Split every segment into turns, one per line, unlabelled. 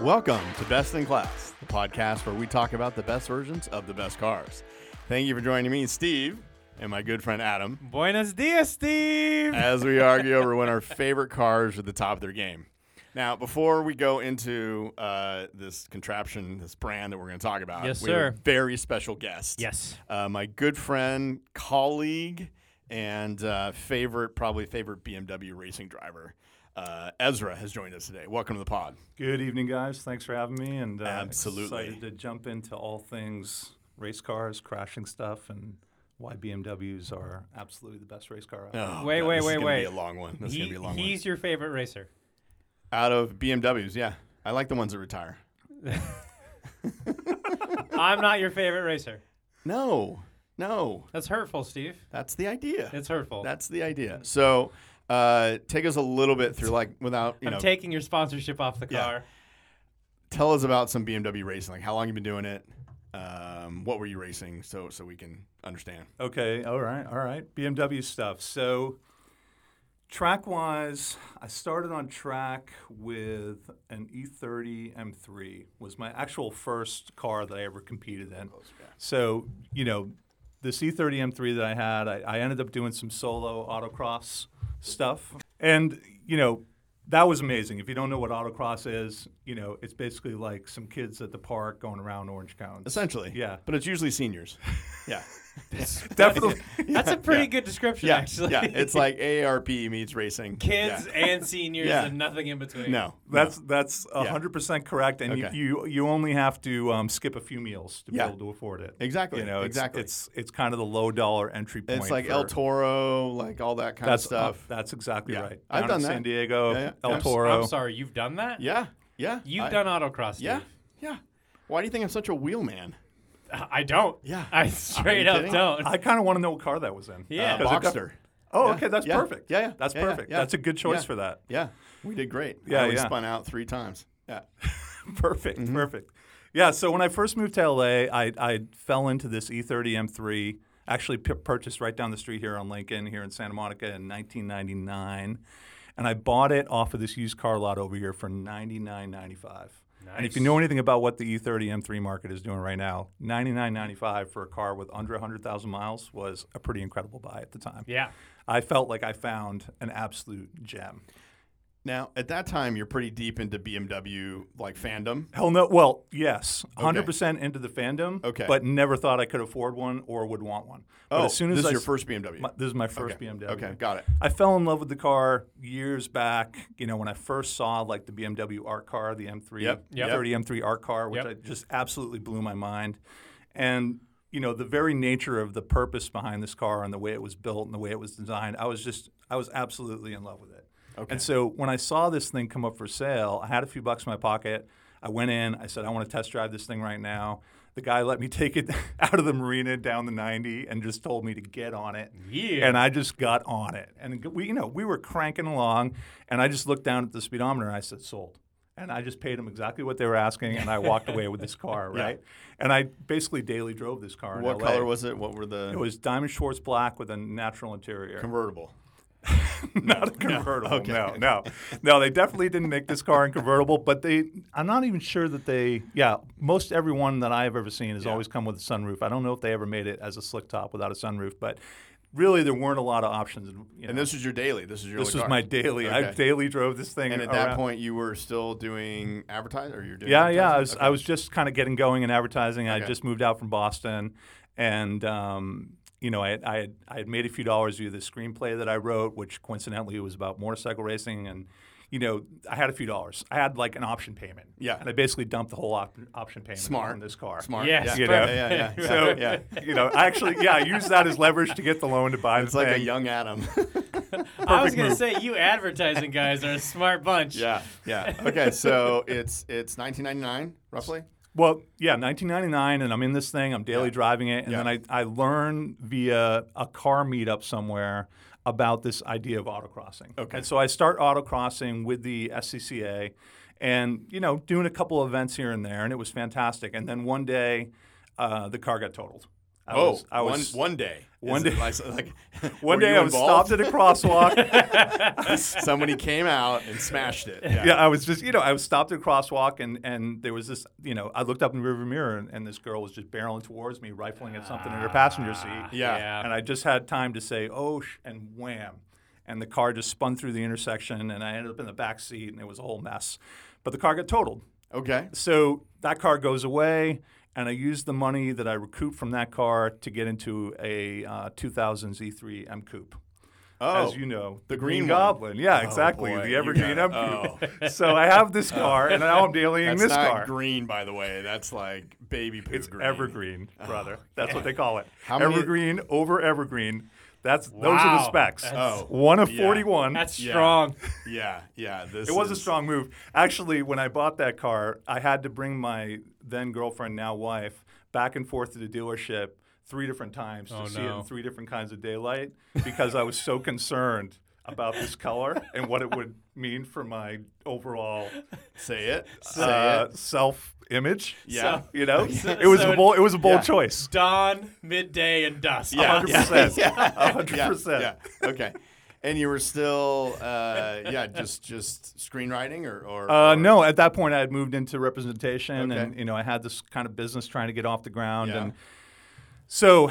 Welcome to Best in Class, the podcast where we talk about the best versions of the best cars. Thank you for joining me, Steve, and my good friend Adam,
Buenos dias, Steve.
as we argue over when our favorite cars are at the top of their game. Now, before we go into uh, this contraption, this brand that we're going to talk about,
Yes,
we have a
sir.
very special guest.
Yes.
uh, my good friend, colleague, and uh, favorite, probably favorite BMW racing driver, uh, Ezra, has joined us today. Welcome to the pod.
Good evening, guys. Thanks for having me. And uh,
Absolutely.
excited to jump into all things race cars, crashing stuff, and why BMWs are absolutely the best race car. Out there.
Oh,
Wait,
God,
wait,
this
wait,
is gonna
wait.
Be a long one. This is
He-
gonna be a long one.
he's your favorite racer.
Out of BMWs, yeah, I like the ones that retire.
I'm not your favorite racer.
No, no,
That's hurtful, Steve.
that's the idea.
It's hurtful.
That's the idea. So, uh, take us a little bit through, like, without you
I'm
know,
taking your sponsorship off the
Yeah.
car.
tell us about some BMW racing. Like, how long you been doing it? Um, what were you racing? So, so we can understand.
Okay. All right. All right. BMW stuff. So, track wise, I started on track with an E E30 M3. Was my actual first car that I ever competed in. So, you know, this E E30 M3 that I had, I, I ended up doing some solo autocross stuff, and you know. That was amazing. If you don't know what autocross is, you know, it's basically like some kids at the park going around orange cones.
Essentially,
Yeah.
but it's usually seniors. Yeah.
Definitely.
That's a pretty good description,
Yeah,
actually.
yeah. It's like AARP meets racing.
kids
Yeah.
and seniors
Yeah.
and nothing in between.
No,
That's that's a
Yeah.
hundred percent correct, and
Okay.
you, you you only have to um, skip a few meals to
Yeah.
be able to afford it.
Exactly,
You know, it's,
exactly.
It's it's kind of the low dollar entry
no.
point.
It's like
for-
El Toro, like all that kind
That's
uh,
of stuff.
that's exactly
Yeah.
right.
I've
Down
done
in
that.
San Diego,
Yeah, yeah.
El
I'm-
Toro.
I'm sorry, you've done that?
yeah, yeah.
You've
I-
done autocross, Steve.
Yeah, yeah. Why do you think I'm such a wheel man?
I don't.
Yeah.
I straight
Are you
up
kidding?
don't.
I kind of want to know what car that was in.
Yeah.
Uh,
'Cause it def-
Boxster.
oh,
Yeah.
okay, that's
Yeah.
perfect.
Yeah, yeah.
that's
Yeah, yeah,
perfect.
yeah.
That's a good choice
Yeah.
for that.
Yeah, we did great. I
Yeah,
only
yeah.
spun out three times. Yeah,
perfect,
Mm-hmm.
perfect. Yeah. So when I first moved to LA, I, I fell into this E E30 M3. Actually, p- purchased right down the street here on Lincoln, here in Santa Monica, in 1999, and I bought it off of this used car lot over here for 99.95. And if you
Nice.
know anything about what the E E30 M3 market is doing right now, 99.95 for a car with under 100,000 miles was a pretty incredible buy at the time.
yeah.
I felt like I found an absolute gem.
Now at that time, you're pretty deep into BMW like fandom.
Hell no. Well, yes, hundred percent into the fandom.
Okay.
but never thought I could afford one or would want one. But
Oh,
as soon as
this
I
is your
s-
first BMW.
my- this is my first
Okay.
BMW.
Okay, got it.
I fell in love with the car years back. You know, when I first saw like the BMW art car, the M3,
Yep, yep.
30 M3 art car, which
Yep.
I just absolutely blew my mind. And you know, the very nature of the purpose behind this car and the way it was built and the way it was designed, I was just, I was absolutely in love with it.
Okay.
And so when I saw this thing come up for sale, I had a few bucks in my pocket. I went in. I said, I want to test drive this thing right now. The guy let me take it out of the marina down the 90 and just told me to get on it
Mm-hmm.
Yeah.
and I just got on it. And we, you know, we were cranking along, and I just looked down at the speedometer and I said, sold. And I just paid them exactly what they were asking, and I walked away with this car,
Yeah.
right? And I basically daily drove this car. in
What
LA.
color was it? What were the
it? Was Diamond Schwartz black with a natural interior,
convertible?
not a convertible.
Okay.
No, no, no. They definitely didn't make this car in convertible, but they. I'm not even sure that they. Yeah, most everyone that I've ever seen has always come with a sunroof. I don't know if they ever made it as a slick top without a sunroof, but. Really, there weren't a lot of options. You know.
And this was your daily. This is your.
This
only
was
car.
my daily. I
Okay.
daily drove this thing.
And at
around.
that point, you were still doing advertising, or you're doing.
yeah, yeah, I was,
advertising?
I was just kind of getting going in advertising. I
Okay.
had just moved out from Boston, and um, you know, I, had- I had I had made a few dollars due to the screenplay that I wrote, which coincidentally was about motorcycle racing and. You know, I had a few dollars. I had like an option payment.
Yeah.
And I basically dumped the whole op- option payment
Smart.
on this car.
Smart.
Yes,
Yeah.
you
yeah,
know.
yeah, yeah, yeah.
So,
yeah.
you know, I actually, yeah, I used that as leverage to get the loan to buy
It's
the
like a
thing.
young Adam.
I was going to say, you advertising guys are a smart bunch.
yeah, yeah. Okay, so it's it's 1999 roughly.
Well, yeah, 1999, and I'm in this thing. I'm daily
Yeah.
driving it, and
Yeah.
then I, I learn via a car meetup somewhere about this idea of autocrossing.
Okay.
And so I start autocrossing with the SCCA, and you know, doing a couple events here and there, and it was fantastic. And then one day, uh, the car got totaled. I
oh,
was, I
one-
was,
one day.
one
Is it
day-
like- like-
one
were
day
you
I was stopped
involved?
at a crosswalk.
Somebody came out and smashed it. Yeah.
yeah, I was just, you know, I was stopped at a crosswalk and, and there was this, you know, I looked up in the rearview mirror and, and this girl was just barreling towards me, rifling at something in her passenger seat.
Yeah.
Yeah.
And I just had time to say, oh, sh-, and wham. And the car just spun through the intersection and I ended up in the back seat and it was a whole mess. But the car got totaled.
Okay.
So that car goes away, and I use the money that I recoup from that car to get into a uh, 2000 Z3 M Coupe.
Oh,
As you know,
the green one.
Goblin. Yeah,
Oh,
exactly.
boy,
the
you
Evergreen M
got
Coupe.
it.
So I have this car, and now I'm dailying
that's
this
not
car.
green, by the way. That's like baby poo
It's
green.
Evergreen,
Oh,
brother. That's what they call it.
How many-
Evergreen over Evergreen. That's those are the
Wow.
specs.
That's-
Oh,
One of
yeah.
41.
That's
Yeah.
strong.
Yeah, yeah. This
It was a
is-
strong move. Actually, when I bought that car, I had to bring my then girlfriend, now wife, back and forth to the dealership three different times
Oh,
to see it in
no.
three different kinds of daylight because I was so concerned about this color and what it would mean for my overall
Say it. Say
uh,
it.
self image.
Yeah.
You know,
So-
it was
so
a bold, it was a bold
yeah.
choice.
Dawn, midday, and dusk.
Yeah.
100%.
Yeah.
100%.
Yeah. yeah. Okay. And you were still, uh, yeah, just just screenwriting or, or,
Uh,
or-
no, at that point I had moved into representation,
Okay.
and you know I had this kind of business trying to get off the ground,
Yeah.
and so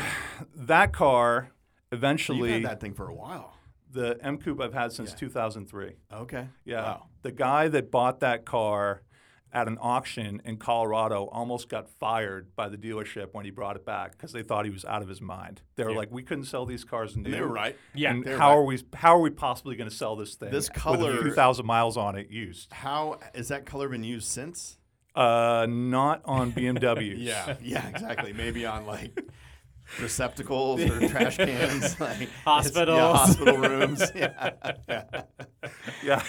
that car
You've had
eventually
that thing for a while.
the M Coupe I've had since 2003.
Okay.
Yeah,
Wow.
the guy that bought that car at an auction in Colorado almost got fired by the dealership when he brought it back because they thought he was out of his mind. They were like, we couldn't sell these cars new.
And they were right.
Yeah.
And
They're
how
right.
are we? How are we possibly going to sell this thing?
This
with a
color-
few thousand miles on it, used.
How has that color been used since?
Uh, not on BMWs.
Yeah. Yeah. Exactly. Maybe on like receptacles or trash cans, like it's- yeah,
Hospitals.
hospital rooms. Yeah. Yeah.
yeah,
yeah.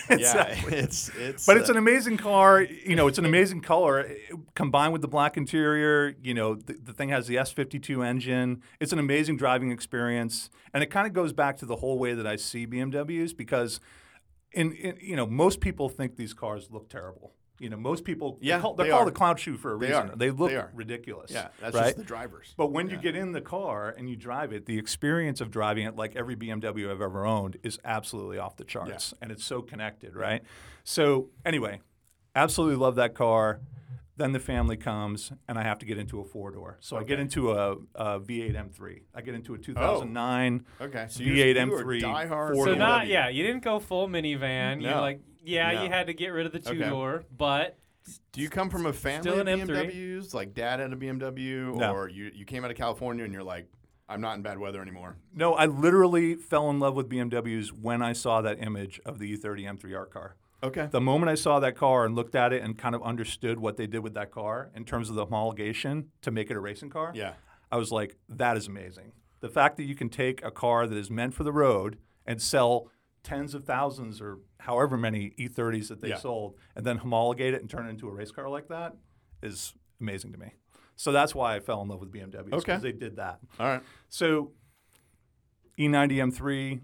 exactly.
It's it's.
But it's
uh,
an amazing car. You know, it's an amazing color eh, combined with the black interior. You know, the, the thing has the S52 engine. It's an amazing driving experience, and it kind of goes back to the whole way that I see BMWs because, in, in you know, most people think these cars look terrible. You know, most people
Yeah,
they're, called, they're
they
called
are.
a clown shoe for a reason.
are.
They look
They are.
ridiculous.
yeah. That's
right?
just the drivers.
But when you get in the car and you drive it, the experience of driving it, like every BMW I've ever owned, is absolutely off the charts. And it's so connected, right? So, anyway, absolutely love that car. Then the family comes, and I have to get into a four door. So I get into a, a V8 M3. I get into a 2009
Okay. So you-
V8
you are
M3.
diehard
four-door.
So
Or
not
BMW.
yeah, you didn't go full minivan. You're
No.
like yeah,
No.
you had to get rid of the two door, but
Do you come from a family
Still
of
an M3?
BMWs? Like dad had a BMW,
No.
or you, you came out of California and you're like, I'm not in bad weather anymore.
No, I literally fell in love with BMWs when I saw that image of the E30 M3R car.
Okay.
The moment I saw that car and looked at it and kind of understood what they did with that car in terms of the homologation to make it a racing car,
yeah.
I was like, that is amazing. The fact that you can take a car that is meant for the road and sell tens of thousands or however many E30s that they
Yeah.
sold and then homologate it and turn it into a race car like that is amazing to me. So that's why I fell in love with BMWs because
Okay.
they did that.
All right.
So E E90 M3,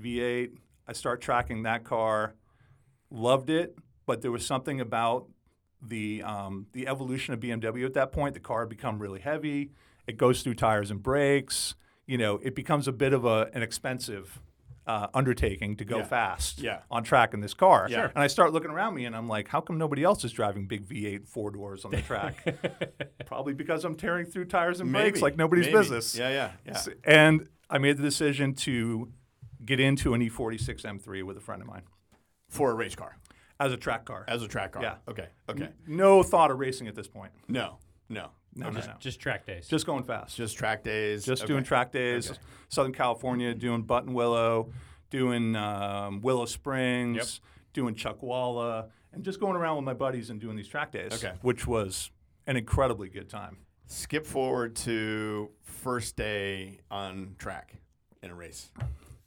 V8, I start tracking that car. Loved it, but there was something about the um, the evolution of BMW at that point. The car had become really heavy. It goes through tires and brakes. You know, it becomes a bit of a, an expensive uh, undertaking to go
Yeah.
fast
Yeah.
on track in this car.
Yeah. Sure.
And I start looking around me and I'm like, how come nobody else is driving big V8 four doors on the track? Probably because I'm tearing through tires and brakes like nobody's
Maybe.
business.
Yeah, yeah, yeah.
S- And I made the decision to get into an E E46 M3 with a friend of mine
For a race car,
as a track car.
as a track car.
Yeah.
Okay. Okay.
no thought of racing at this point.
No. No.
No, no, no.
just track days.
Just going fast. Just,
Just track days. okay.
doing track days.
Okay.
Southern California, doing Button Willow, doing um, Willow Springs, doing Chuckwalla, and just going around with my buddies and doing these track days,
Okay.
which was an incredibly good time.
Skip forward to first day on track in a race.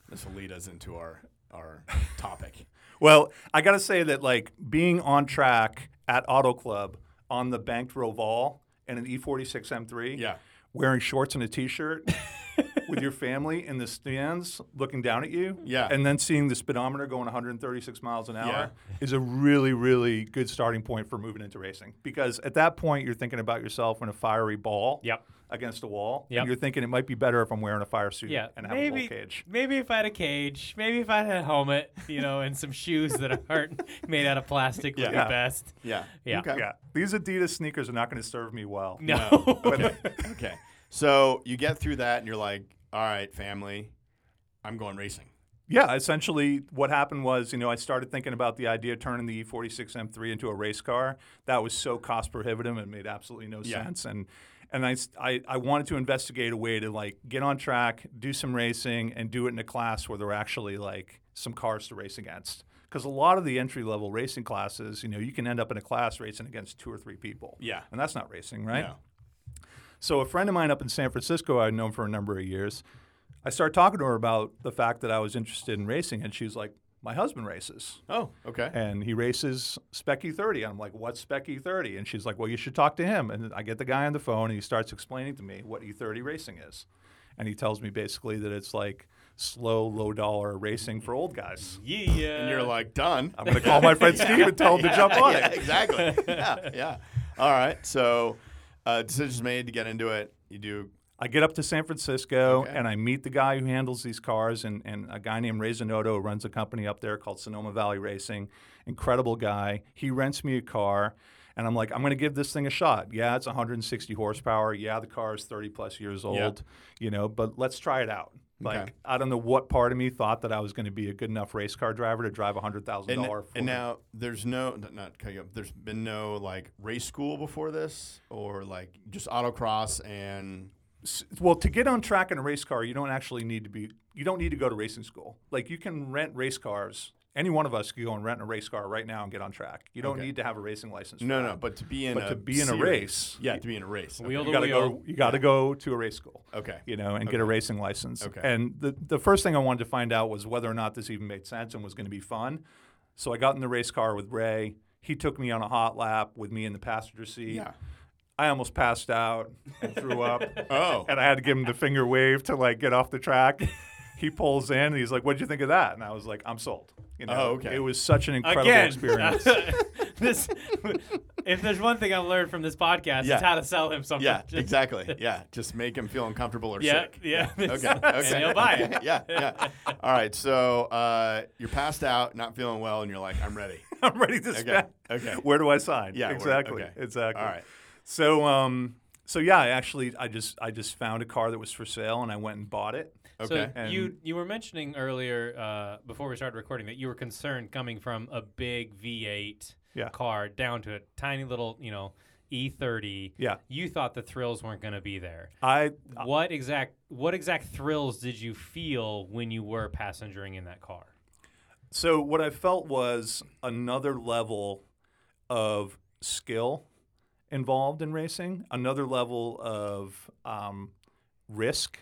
This will lead us into our our topic.
Well, I got to say that like being on track at Auto Club on the banked Roval and an E E46 M3,
Yeah.
wearing shorts and a t-shirt with your family in the stands looking down at you,
Yeah.
and then seeing the speedometer going 136 miles an hour
Yeah.
is a really really good starting point for moving into racing because at that point you're thinking about yourself in a fiery ball.
Yep.
against a wall.
Yep.
And you're thinking it might be better if I'm wearing a fire suit
Yeah,
and have a
maybe
little cage.
maybe if I had a cage, maybe if I had a helmet, you know, and some shoes that aren't made out of plastic would
Yeah.
be best.
Yeah.
Yeah.
Okay.
Yeah. These Adidas sneakers are not going to serve me well.
No,
okay. okay. So you get through that and you're like, all right, family, I'm going racing.
Yeah, essentially what happened was, you know, I started thinking about the idea of turning the E E46 M3 into a race car. That was so cost prohibitive and made absolutely no
Yeah.
sense. And and I, s- I- I wanted to investigate a way to like get on track, do some racing, and do it in a class where there were actually like some cars to race against. Because a lot of the entry level racing classes, you know, you can end up in a class racing against two or three people.
Yeah.
And that's not racing, right?
No.
So a friend of mine up in San Francisco, I'd known for a number of years, I started talking to her about the fact that I was interested in racing, and she's like, "My husband races,
Oh, okay.
and he races Spec E30." And I'm like, "What's Spec E30?" And she's like, "Well, you should talk to him." And I get the guy on the phone, and he starts explaining to me what E30 racing is, and he tells me basically that it's like slow, low dollar racing for old guys.
yeah.
And you're like, done.
I'm gonna call my friend Steve and tell him to jump on
yeah,
it.
exactly. yeah, yeah. All right. So, uh, decisions made to get into it. You do.
I get up to San Francisco
Okay.
and I meet the guy who handles these cars, and, and a guy named Ray Zanotto who runs a company up there called Sonoma Valley Racing. Incredible guy. He rents me a car, and I'm like, I'm going to give this thing a shot. Yeah, it's 160 horsepower. Yeah, the car is 30 plus years old, you know, but let's try it out. Like,
Okay.
I don't know what part of me thought that I was going to be a good enough race car driver to drive a hundred thousand
And,
dollar.
and now there's no n- not cutting you up. There's been no like race school before this, or like just autocross and
s- well to get on track in a race car you don't actually need to be you don't need to go to racing school like you can rent race cars any one of us could go and rent a race car right now and get on track you don't
Okay.
need to have a racing license for
no,
that.
no. But to be in
But
a
to be in a
series-
race,
yeah, to be in a race. Okay.
Wheel
you
to
gotta
wheel.
go you gotta go to a race school
Okay.
you know and get a racing license
Okay.
and the, the first thing i wanted to find out was whether or not this even made sense and was going to be fun so i got in the race car with ray he took me on a hot lap with me in the passenger seat
Yeah.
i almost passed out and threw up
Oh.
and I had to give him the finger wave to like get off the track. He pulls in and he's like, "What'd you think of that?" And I was like, "I'm sold." You know,
Oh, okay.
it was such an incredible
Again,
experience.
this if there's one thing I've learned from this podcast,
Yeah.
it's how to sell him something.
Yeah,
Just-
exactly. Yeah, just make him feel uncomfortable or
Yeah,
sick.
yeah.
Okay. Okay.
And he'll buy
okay,
it.
Yeah. Yeah. All right. So uh, you're passed out, not feeling well, and you're like, I'm ready.
I'm ready to
Okay.
spend.
Okay.
Where do I sign?
Yeah, where-
exactly,
okay.
exactly.
All right.
So, um, so yeah, I actually, I just, I just found a car that was for sale, and I went and bought it.
Okay.
So
And-
you you were mentioning earlier uh, before we started recording that you were concerned coming from a big V8
Yeah.
car down to a tiny little you know E30.
Yeah. Uh,
You thought the thrills weren't going to be there.
I,
What exact what exact thrills did you feel when you were passengering in that car?
So what I felt was another level of skill involved in racing, another level of um, risk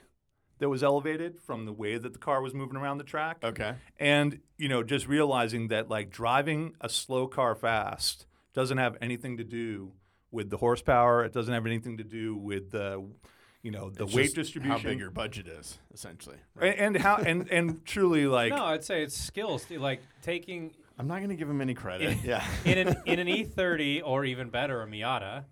that was elevated from the way that the car was moving around the track,
Okay.
and you know just realizing that like driving a slow car fast doesn't have anything to do with the horsepower. It doesn't have anything to do with the you know the
It's
weight
just
distribution
How big your budget is, essentially.
A- and, how and and truly like
No, I'd say it's skills like taking
I'm not going to give him any credit. yeah.
in an in an E30 or even better a Miata,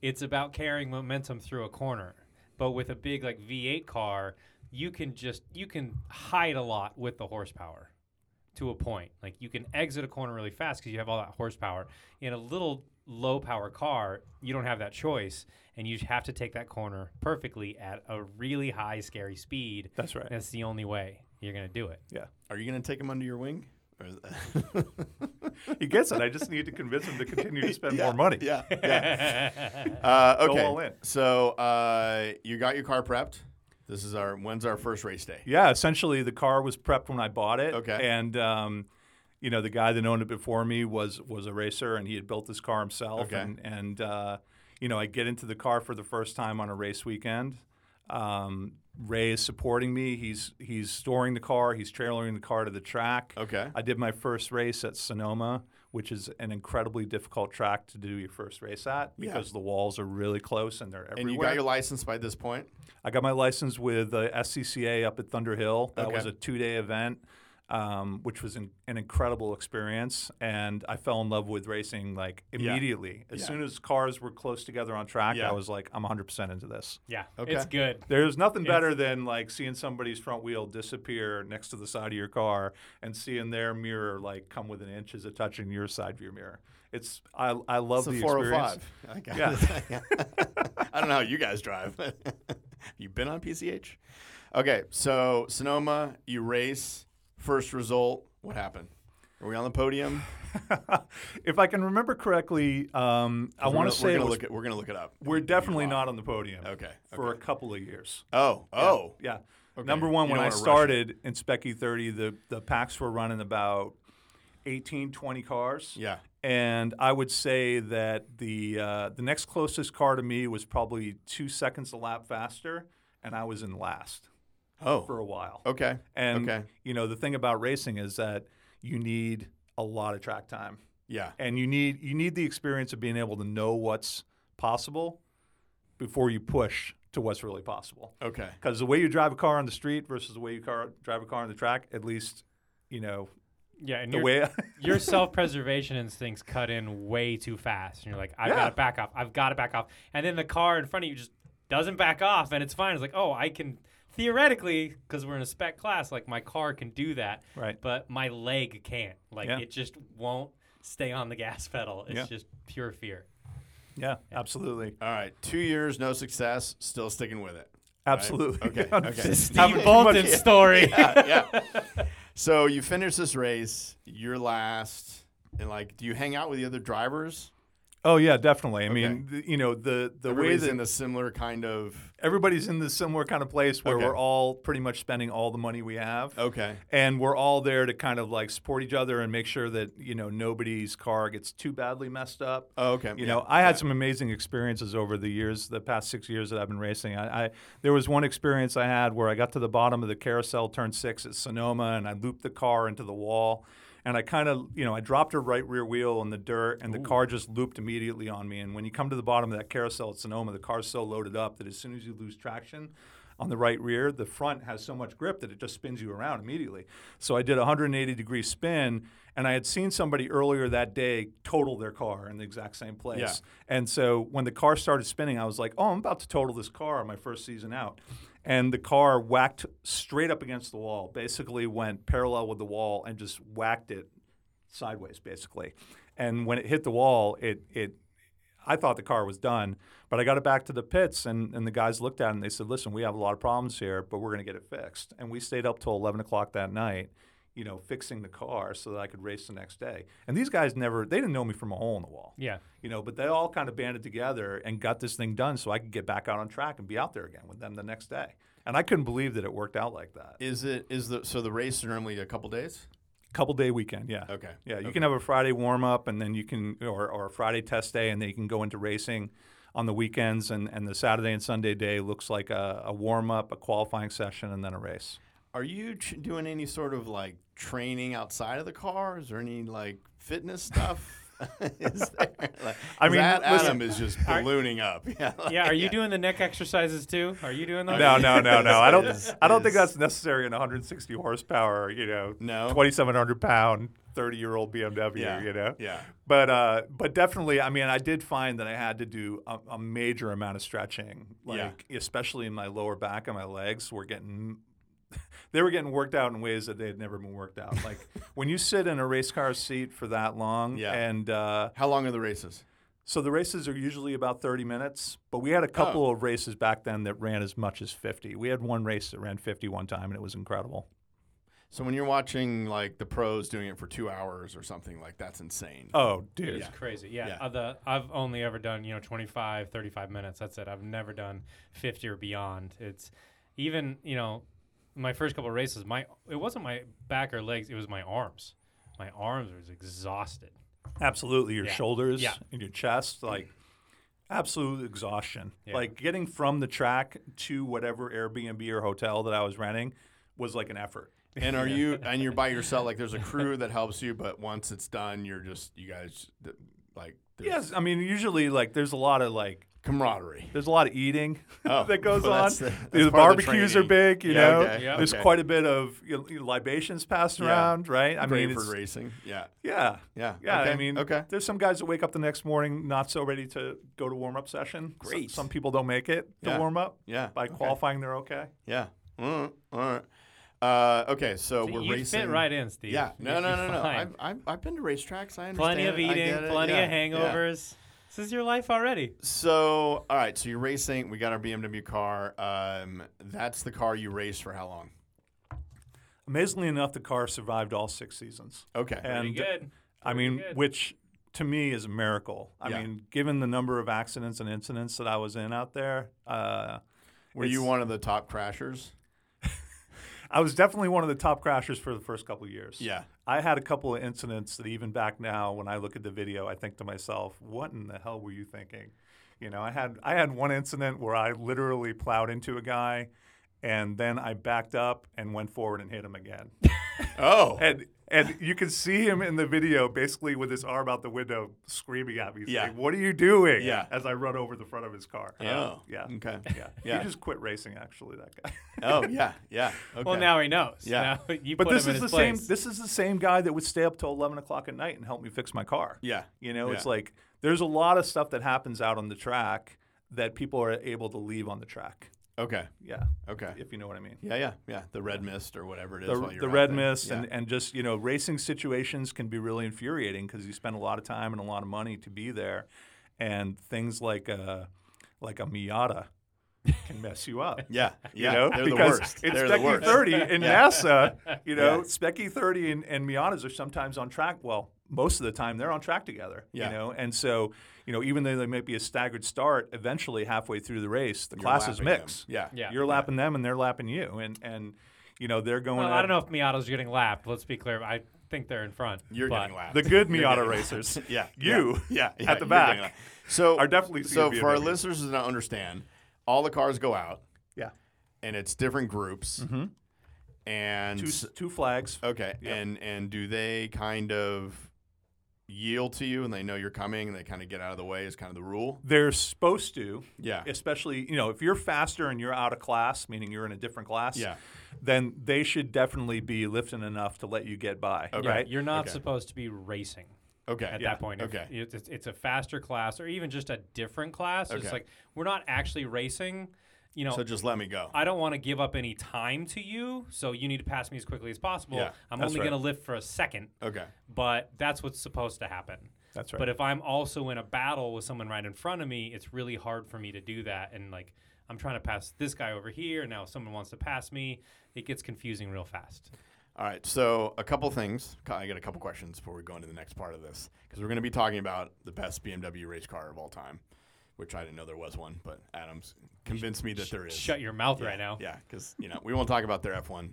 it's about carrying momentum through a corner. But with a big like V8 car, you can just you can hide a lot with the horsepower to a point. Like you can exit a corner really fast because you have all that horsepower. In a little low power car, you don't have that choice, and you have to take that corner perfectly at a really high scary speed.
That's right.
That's the only way you're gonna do it.
yeah.
Are you going to take him under your wing? Or is
He gets it. I just need to convince him to continue to spend
Yeah,
more money.
Yeah. Yeah. uh,
Go
okay.
all in.
So uh, you got your car prepped. This is our when's our first race day?
Yeah, essentially the car was prepped when I bought it.
Okay.
And um, you know, the guy that owned it before me was was a racer and he had built this car himself
Okay.
and, and uh, you know, I get into the car for the first time on a race weekend. Um, Ray is supporting me. He's he's storing the car, he's trailering the car to the track.
Okay.
I did my first race at Sonoma, which is an incredibly difficult track to do your first race at
Yeah.
because the walls are really close and they're everywhere.
And you got your license by this point.
I got my license with the SCCA up at Thunder Hill. That
Okay.
was a two day event. um, which was an, an incredible experience. And I fell in love with racing like
Yeah.
immediately. As
Yeah.
soon as cars were close together on track,
Yeah.
I was like, I'm 100% into this.
Yeah,
Okay.
it's good.
There's nothing better than like seeing somebody's front wheel disappear next to the side of your car and seeing their mirror like come within inches of touching your side of your mirror. It's I I love
It's a
the experience.
405. I got yeah. I don't know how you guys drive. you been on PCH? Okay, so Sonoma, you race. First result, what happened? Were we on the podium?
if I can remember correctly, um, I
We're
want
gonna-
to say
we're
it
gonna
was-
look. At, we're gonna look it up.
we're definitely not on the podium.
Okay,
For a couple of years.
Oh, oh,
Yeah. Number one,
You don't
when I
wanna rush it.
started in Specky 30, the, the packs were running about 18, 20 cars.
yeah.
And I would say that the uh, the next closest car to me was probably two seconds a lap faster, and I was in last
Oh,
for a while.
okay.
And
okay.
you know the thing about racing is that you need a lot of track time,
Yeah.
and you need you need the experience of being able to know what's possible before you push to what's really possible
Okay.
because the way you drive a car on the street versus the way you car drive a car on the track, at least, you know,
Yeah, and
the
your,
way.
your self-preservation instincts cut in way too fast, and you're like, I've
Yeah.
got to back off. I've got to back off, and then the car in front of you just doesn't back off, and it's fine. It's like, oh, I can theoretically, because we're in a spec class, like my car can do that,
Right.
But my leg can't. Like
Yeah.
it just won't stay on the gas pedal. It's
Yeah.
just pure fear.
yeah, absolutely,
All right. Two years, no success. Still sticking with it.
absolutely.
Okay,
I'm
okay.
just
How
Steve
having too
Bolton
much-
story.
yeah. Uh, yeah. So you finish this race. You're last, and like, do you hang out with the other drivers?
Oh yeah, definitely. I mean, th- you know, the the
Everybody's
way that
in a similar kind of.
everybody's in this similar kind of place where
Okay. Oh.
we're all pretty much spending all the money we have.
Okay.
And we're all there to kind of like support each other and make sure that you know nobody's car gets too badly messed up.
Oh, okay.
You
yeah.
know, I had some amazing experiences over the years, the past six years that I've been racing. I, I there was one experience I had where I got to the bottom of the carousel, turn six at Sonoma, and I looped the car into the wall, and I kind of, you know, I dropped her right rear wheel in the dirt, and the car just looped immediately on me. And when you come to the bottom of that carousel at Sonoma, the car's so loaded up that as soon as you lose traction. On the right rear, the front has so much grip that it just spins you around immediately. So I did a 180 degree spin, and I had seen somebody earlier that day total their car in the exact same place.
Yeah.
And so when the car started spinning, I was like, oh, I'm about to total this car on my first season out. And the car whacked straight up against the wall, basically went parallel with the wall and just whacked it sideways, basically. And when it hit the wall, it, it I thought the car was done, but I got it back to the pits, and, and the guys looked at it and they said, "Listen, we have a lot of problems here, but we're going to get it fixed." And we stayed up till eleven o'clock that night, you know, fixing the car so that I could race the next day. And these guys never—they didn't know me from a hole in the wall,
yeah.
you know, but they all kind of banded together and got this thing done so I could get back out on track and be out there again with them the next day. And I couldn't believe that it worked out like that.
Is it is the so the race is normally a couple days?
Couple day weekend, yeah.
Okay.
Yeah, you can have a Friday warm up, and then you can, or, or a Friday test day, and then you can go into racing on the weekends. And, and the Saturday and Sunday day looks like a, a warm up, a qualifying session, and then a race.
Are you ch- doing any sort of like training outside of the car? Is there any like fitness stuff? is there? Like,
I mean,
that
listen-
Adam is just ballooning up. Yeah. like-
Yeah, are you doing the neck exercises too? Are you doing those?
No, no, no, no. I don't.
Is-
I don't think
is-
that's necessary in 160 horsepower. You know,
No.
2,700 pound, 30 year old BMW. You know.
Yeah.
But uh, but definitely, I mean, I did find that I had to do a, a major amount of stretching,
Yeah.
like especially in my lower back and my legs were getting. They were getting worked out in ways that they had never been worked out. Like when you sit in a race car seat for that long,
Yeah.
and uh,
How long are the races?
so the races are usually about 30 minutes, but we had
Oh.
a couple of races back then that ran as much as 50. We had one race that ran 50 one time, and it was incredible.
So when you're watching like the pros doing it for two hours or something like that's insane.
Oh, dude.
Yeah.
crazy yeah,
Yeah.
Uh, the, i've only ever done you know 25 35 minutes that's it i've never done 50 or beyond it's even you know my first couple of races my it wasn't my back or legs it was my arms my arms was exhausted
Absolutely. Your
Yeah.
shoulders
Yeah.
and your chest, like absolute exhaustion.
Yeah.
Like getting from the track to whatever Airbnb or hotel that I was renting was like an effort.
And are you and you're by yourself? Like there's a crew that helps you, but once it's done, you're just you guys th- like there's
Yes. I mean, usually, like, there's a lot of like
camaraderie.
There's a lot of eating
Oh,
that goes
well,
on.
that's the- that's
the,
part of the
barbecues are
training.
big, you
Yeah,
know.
okay,
Yeah.
There's
okay.
quite a bit of you know, libations passed
Yeah.
around, right? I
Great
mean,
for
it's-
racing. Yeah.
yeah,
Yeah,
yeah. I
okay,
mean,
okay.
There's some guys that wake up the next morning not so ready to go to warm up session. S-
Great.
Some, people don't make it to
Yeah.
warm up.
Yeah,
By
okay.
qualifying, they're okay.
Yeah. Mm, all right. Uh, okay, so we're
you
racing.
fit right in, Steve.
Yeah. No,
You'd
no,
be
no, no.
fine.
I've, I've, I've been to racetracks. I understand.
plenty of
it, I
eating,
get it,
plenty
yeah,
of
yeah.
hangovers. This is your life already.
So, all right. So you're racing. We got our BMW car. Um, that's the car you raced for how long?
Amazingly enough, the car survived all six seasons.
Okay.
And
Pretty good.
I
Pretty
mean,
good.
which to me is a miracle. I
Yeah.
mean, given the number of accidents and incidents that I was in out there, uh,
Were you
it's-
one of the top crashers?
I was definitely one of the top crashers for the first couple of years.
Yeah.
I had a couple of incidents that even back now, when I look at the video, I think to myself, "What in the hell were you thinking?" You know, I had I had one incident where I literally plowed into a guy, and then I backed up and went forward and hit him again.
Oh.
and and you can see him in the video, basically with his arm out the window, screaming at me, saying,
Yeah.
"What are you doing?"
Yeah.
As I run over the front of his car. Uh,
Oh.
Yeah.
Okay.
Yeah.
Yeah.
He just quit racing. Actually, that guy.
Oh yeah. Yeah. Okay.
Well, now he knows.
Yeah.
Now you
But
put
this
him
is
in
the
his
same.
place.
This is the same guy that would stay up till eleven o'clock at night and help me fix my car.
Yeah.
You know, it's
Yeah.
like there's a lot of stuff that happens out on the track that people are able to leave on the track.
Okay.
Yeah,
Okay.
if you know what I mean.
Yeah. Yeah. Yeah. The red mist or whatever it is. while
The,
you're
the
out
red
there.
mist
Yeah.
and, and just you know racing situations can be really infuriating because you spend a lot of time and a lot of money to be there, and things like a like a Miata can mess you up.
Yeah. Yeah.
you know,
They're
because
the worst.
it's
They're
Speccy
the worst.
30 in
Yeah.
NASA. You know,
Yeah.
Speccy 30 and, and Miatas are sometimes on track. Well, most of the time they're on track together.
Yeah.
You know, and so you know, even though they might be a staggered start, eventually halfway through the race, the
You're
classes
lapping
mix.
them. Yeah.
Yeah.
you're lapping them and they're lapping you, and and you know they're going.
Well,
at-
I don't know if Miatos are getting lapped. Let's be clear. I think they're in front.
You're
but
getting lapped.
The good
You're
Miata
getting
racers,
lapped. Yeah.
you,
Yeah. yeah, yeah,
at the
you're getting
back
lapped. So
are definitely seeing
So for our
BMW.
listeners who don't understand, all the cars go out
Yeah,
and it's different groups. And Oh.
two two flags.
okay,
Yep.
and and do they kind of yield to you and they know you're coming and they kind of get out of the way is kind of the rule?
They're supposed to.
Yeah.
especially you know if you're faster and you're out of class meaning you're in a different class
Yeah.
then they should definitely be lifting enough to let you get by
Okay.
Yeah,
right
You're not
Okay.
supposed to be racing
Okay.
at
yeah,
that point. If
Okay.
It's, it's, it's a faster class or even just a different class.
Okay.
It's like we're not actually racing. You know,
So just let me go.
I don't want to give up any time to you, so you need to pass me as quickly as possible.
Yeah,
I'm
that's
only
right.
going to lift for a second,
Okay.
but that's what's supposed to happen.
That's right.
But if I'm also in a battle with someone right in front of me, it's really hard for me to do that. And like, I'm trying to pass this guy over here. and Now, if someone wants to pass me, it gets confusing real fast.
All right. So a couple things. Co- I got a couple questions before we go into the next part of this because we're going to be talking about the best BMW race car of all time, which I didn't know there was one, but Adams convinced me that there is.
Shut your mouth
yeah,
right now.
Yeah, because you know we won't talk about their F1.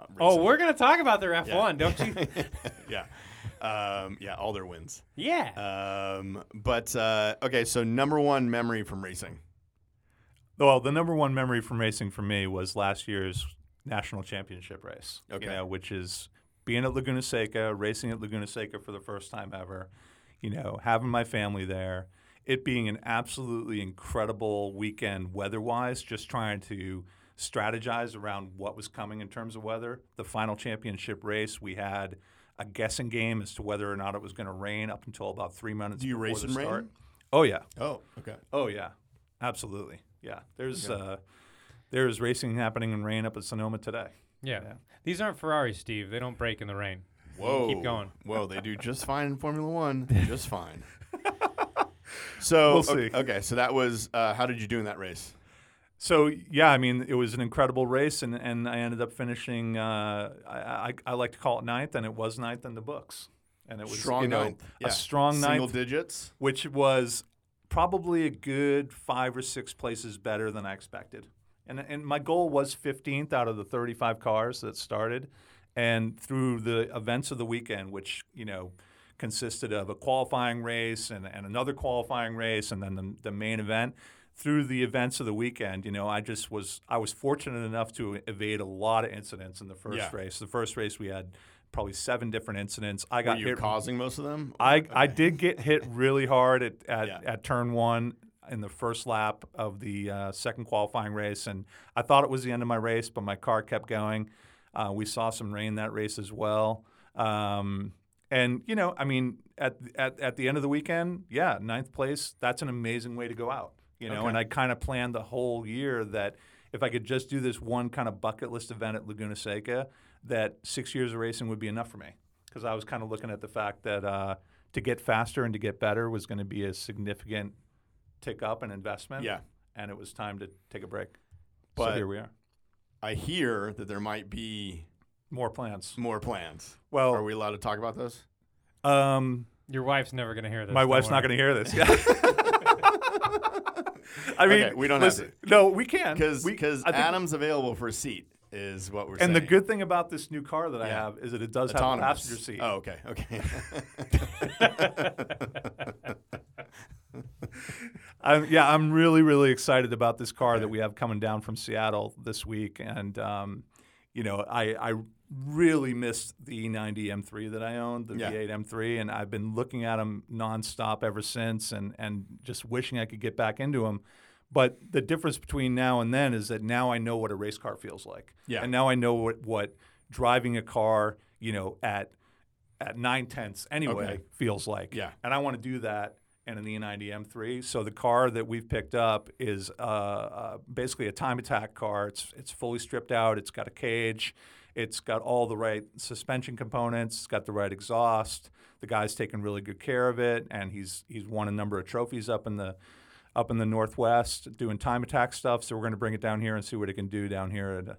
uh,
Oh,
racing.
we're gonna talk about their F1, don't you?
yeah, um, yeah, all their wins.
yeah.
Um, but uh, okay, so number one memory from racing.
well the number one memory from racing for me was last year's national championship race you
Okay.
know, which is being at laguna seca racing at laguna seca for the first time ever you know having my family there it being an absolutely incredible weekend weather-wise just trying to strategize around what was coming in terms of weather the final championship race we had a guessing game as to whether or not it was going to rain up until about three minutes
Do you
before
race
the
in rain?
start oh yeah
Oh, okay.
Oh yeah, absolutely. Yeah, there's uh, there is racing happening in rain up at Sonoma today.
yeah,
yeah.
These aren't Ferraris, Steve. They don't break in the rain.
Whoa.
Keep going.
Whoa, they do just fine in Formula One. Just fine. So
We'll
okay,
see.
okay, so that was uh, how did you do in that race?
So yeah, I mean it was an incredible race, and, and I ended up finishing. Uh, I, I I like to call it ninth, and it was ninth in the books, and it was
strong
you know,
ninth.
a strong
Single
ninth,
digits.
which was probably a good five or six places better than I expected. And and my goal was 15th out of the 35 cars that started, and through the events of the weekend, which you know consisted of a qualifying race and, and another qualifying race, and then the, the main event. Through the events of the weekend, you know, I just was I was fortunate enough to evade a lot of incidents in the first
Yeah.
race. The first race we had probably seven different incidents. I got
Were you
hit
causing most of them?
I, I did get hit really hard at at,
Yeah.
at turn one. in the first lap of the uh, second qualifying race, and I thought it was the end of my race, but my car kept going. Uh, we saw some rain that race as well. Um, and you know, I mean, at, at at the end of the weekend, yeah, ninth place. That's an amazing way to go out. You know,
Okay.
and I kind of planned the whole year that if I could just do this one kind of bucket list event at Laguna Seca, that six years of racing would be enough for me. Because I was kind of looking at the fact that uh, to get faster and to get better was going to be a significant tick up in investment.
Yeah.
and it was time to take a break.
But-
so here we are.
I hear that there might be
More plans.
more plans.
Well,
Are we allowed to talk about those?
um,
Your wife's never going to hear this.
My wife's not going to hear this. Yeah. I mean,
Okay, we don't have
listen, No, we can
Because
We- I think-
Adam's available for a seat is what we're saying.
And the good thing about this new car that I
Yeah.
have is that it does have a
autonomous.
passenger seat.
Oh, okay, okay.
I'm, yeah, I'm really, really excited about this car that we have coming down from Seattle this week, and um, you know, I, I really missed the E E90 M3 that I owned, the
Yeah.
V8 M3, and I've been looking at them nonstop ever since, and and just wishing I could get back into them. But the difference between now and then is that now I know what a race car feels like,
Yeah.
and now I know what what driving a car, you know, at at nine tenths anyway
Okay.
feels like.
Yeah.
And I want to do that in an E90 M3. So the car that we've picked up is uh, uh, basically a time attack car. It's it's fully stripped out. It's got a cage. It's got all the right suspension components. It's got the right exhaust. The guy's taken really good care of it, and he's he's won a number of trophies up in the up in the Northwest doing time attack stuff. So we're going to bring it down here and see what it can do down here at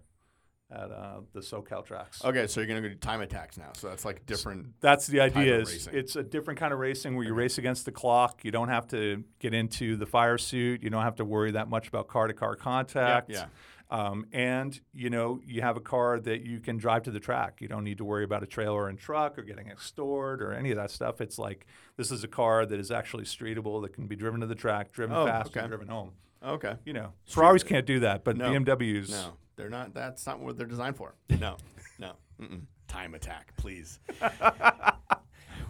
at uh, the SoCal tracks.
okay, so you're gonna go do time attacks now. So that's like different.
That's the idea.
of
Is
racing.
it's a different kind of racing where you race against the clock. You don't have to get into the fire suit. You don't have to worry that much about car to car contact.
yeah.
Um, and you know you have a car that you can drive to the track. You don't need to worry about a trailer and truck or getting extored or any of that stuff. It's like this is a car that is actually streetable that can be driven to the track, driven
Oh,
fast,
okay.
and driven home.
Okay.
You know, Ferraris can't do that, but
No.
BMWs.
No, they're not. That's not what they're designed for. No, no. Mm-mm. Time attack, please.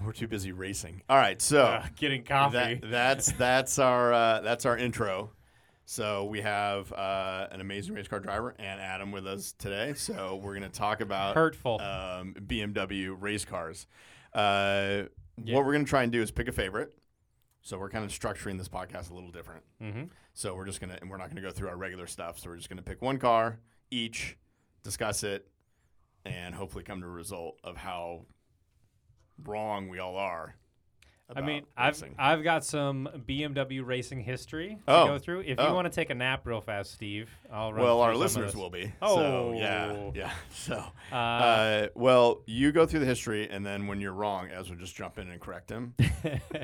We're too busy racing. All right, so
Uh, getting coffee.
that, that's that's our uh, that's our intro. So we have uh, an amazing race car driver and Adam with us today. So we're going to talk about
Hurtful.
um, BMW race cars. Uh, What we're going to try and do is pick a favorite. So we're kind of structuring this podcast a little different.
mm-hmm.
So we're just gonna, and we're not gonna go through our regular stuff. So we're just gonna pick one car each, discuss it, and hopefully come to a result of how wrong we all are.
I mean,
about
I've
racing.
I've got some BMW racing history to
Oh.
go through. If
Oh.
you want to take a nap real fast, Steve, I'll run
well,
through
our
some of
listeners
this.
will be. so,
Oh.
yeah, yeah. So,
Uh,
uh, well, you go through the history, and then when you're wrong, Ezra just jump in and correct him.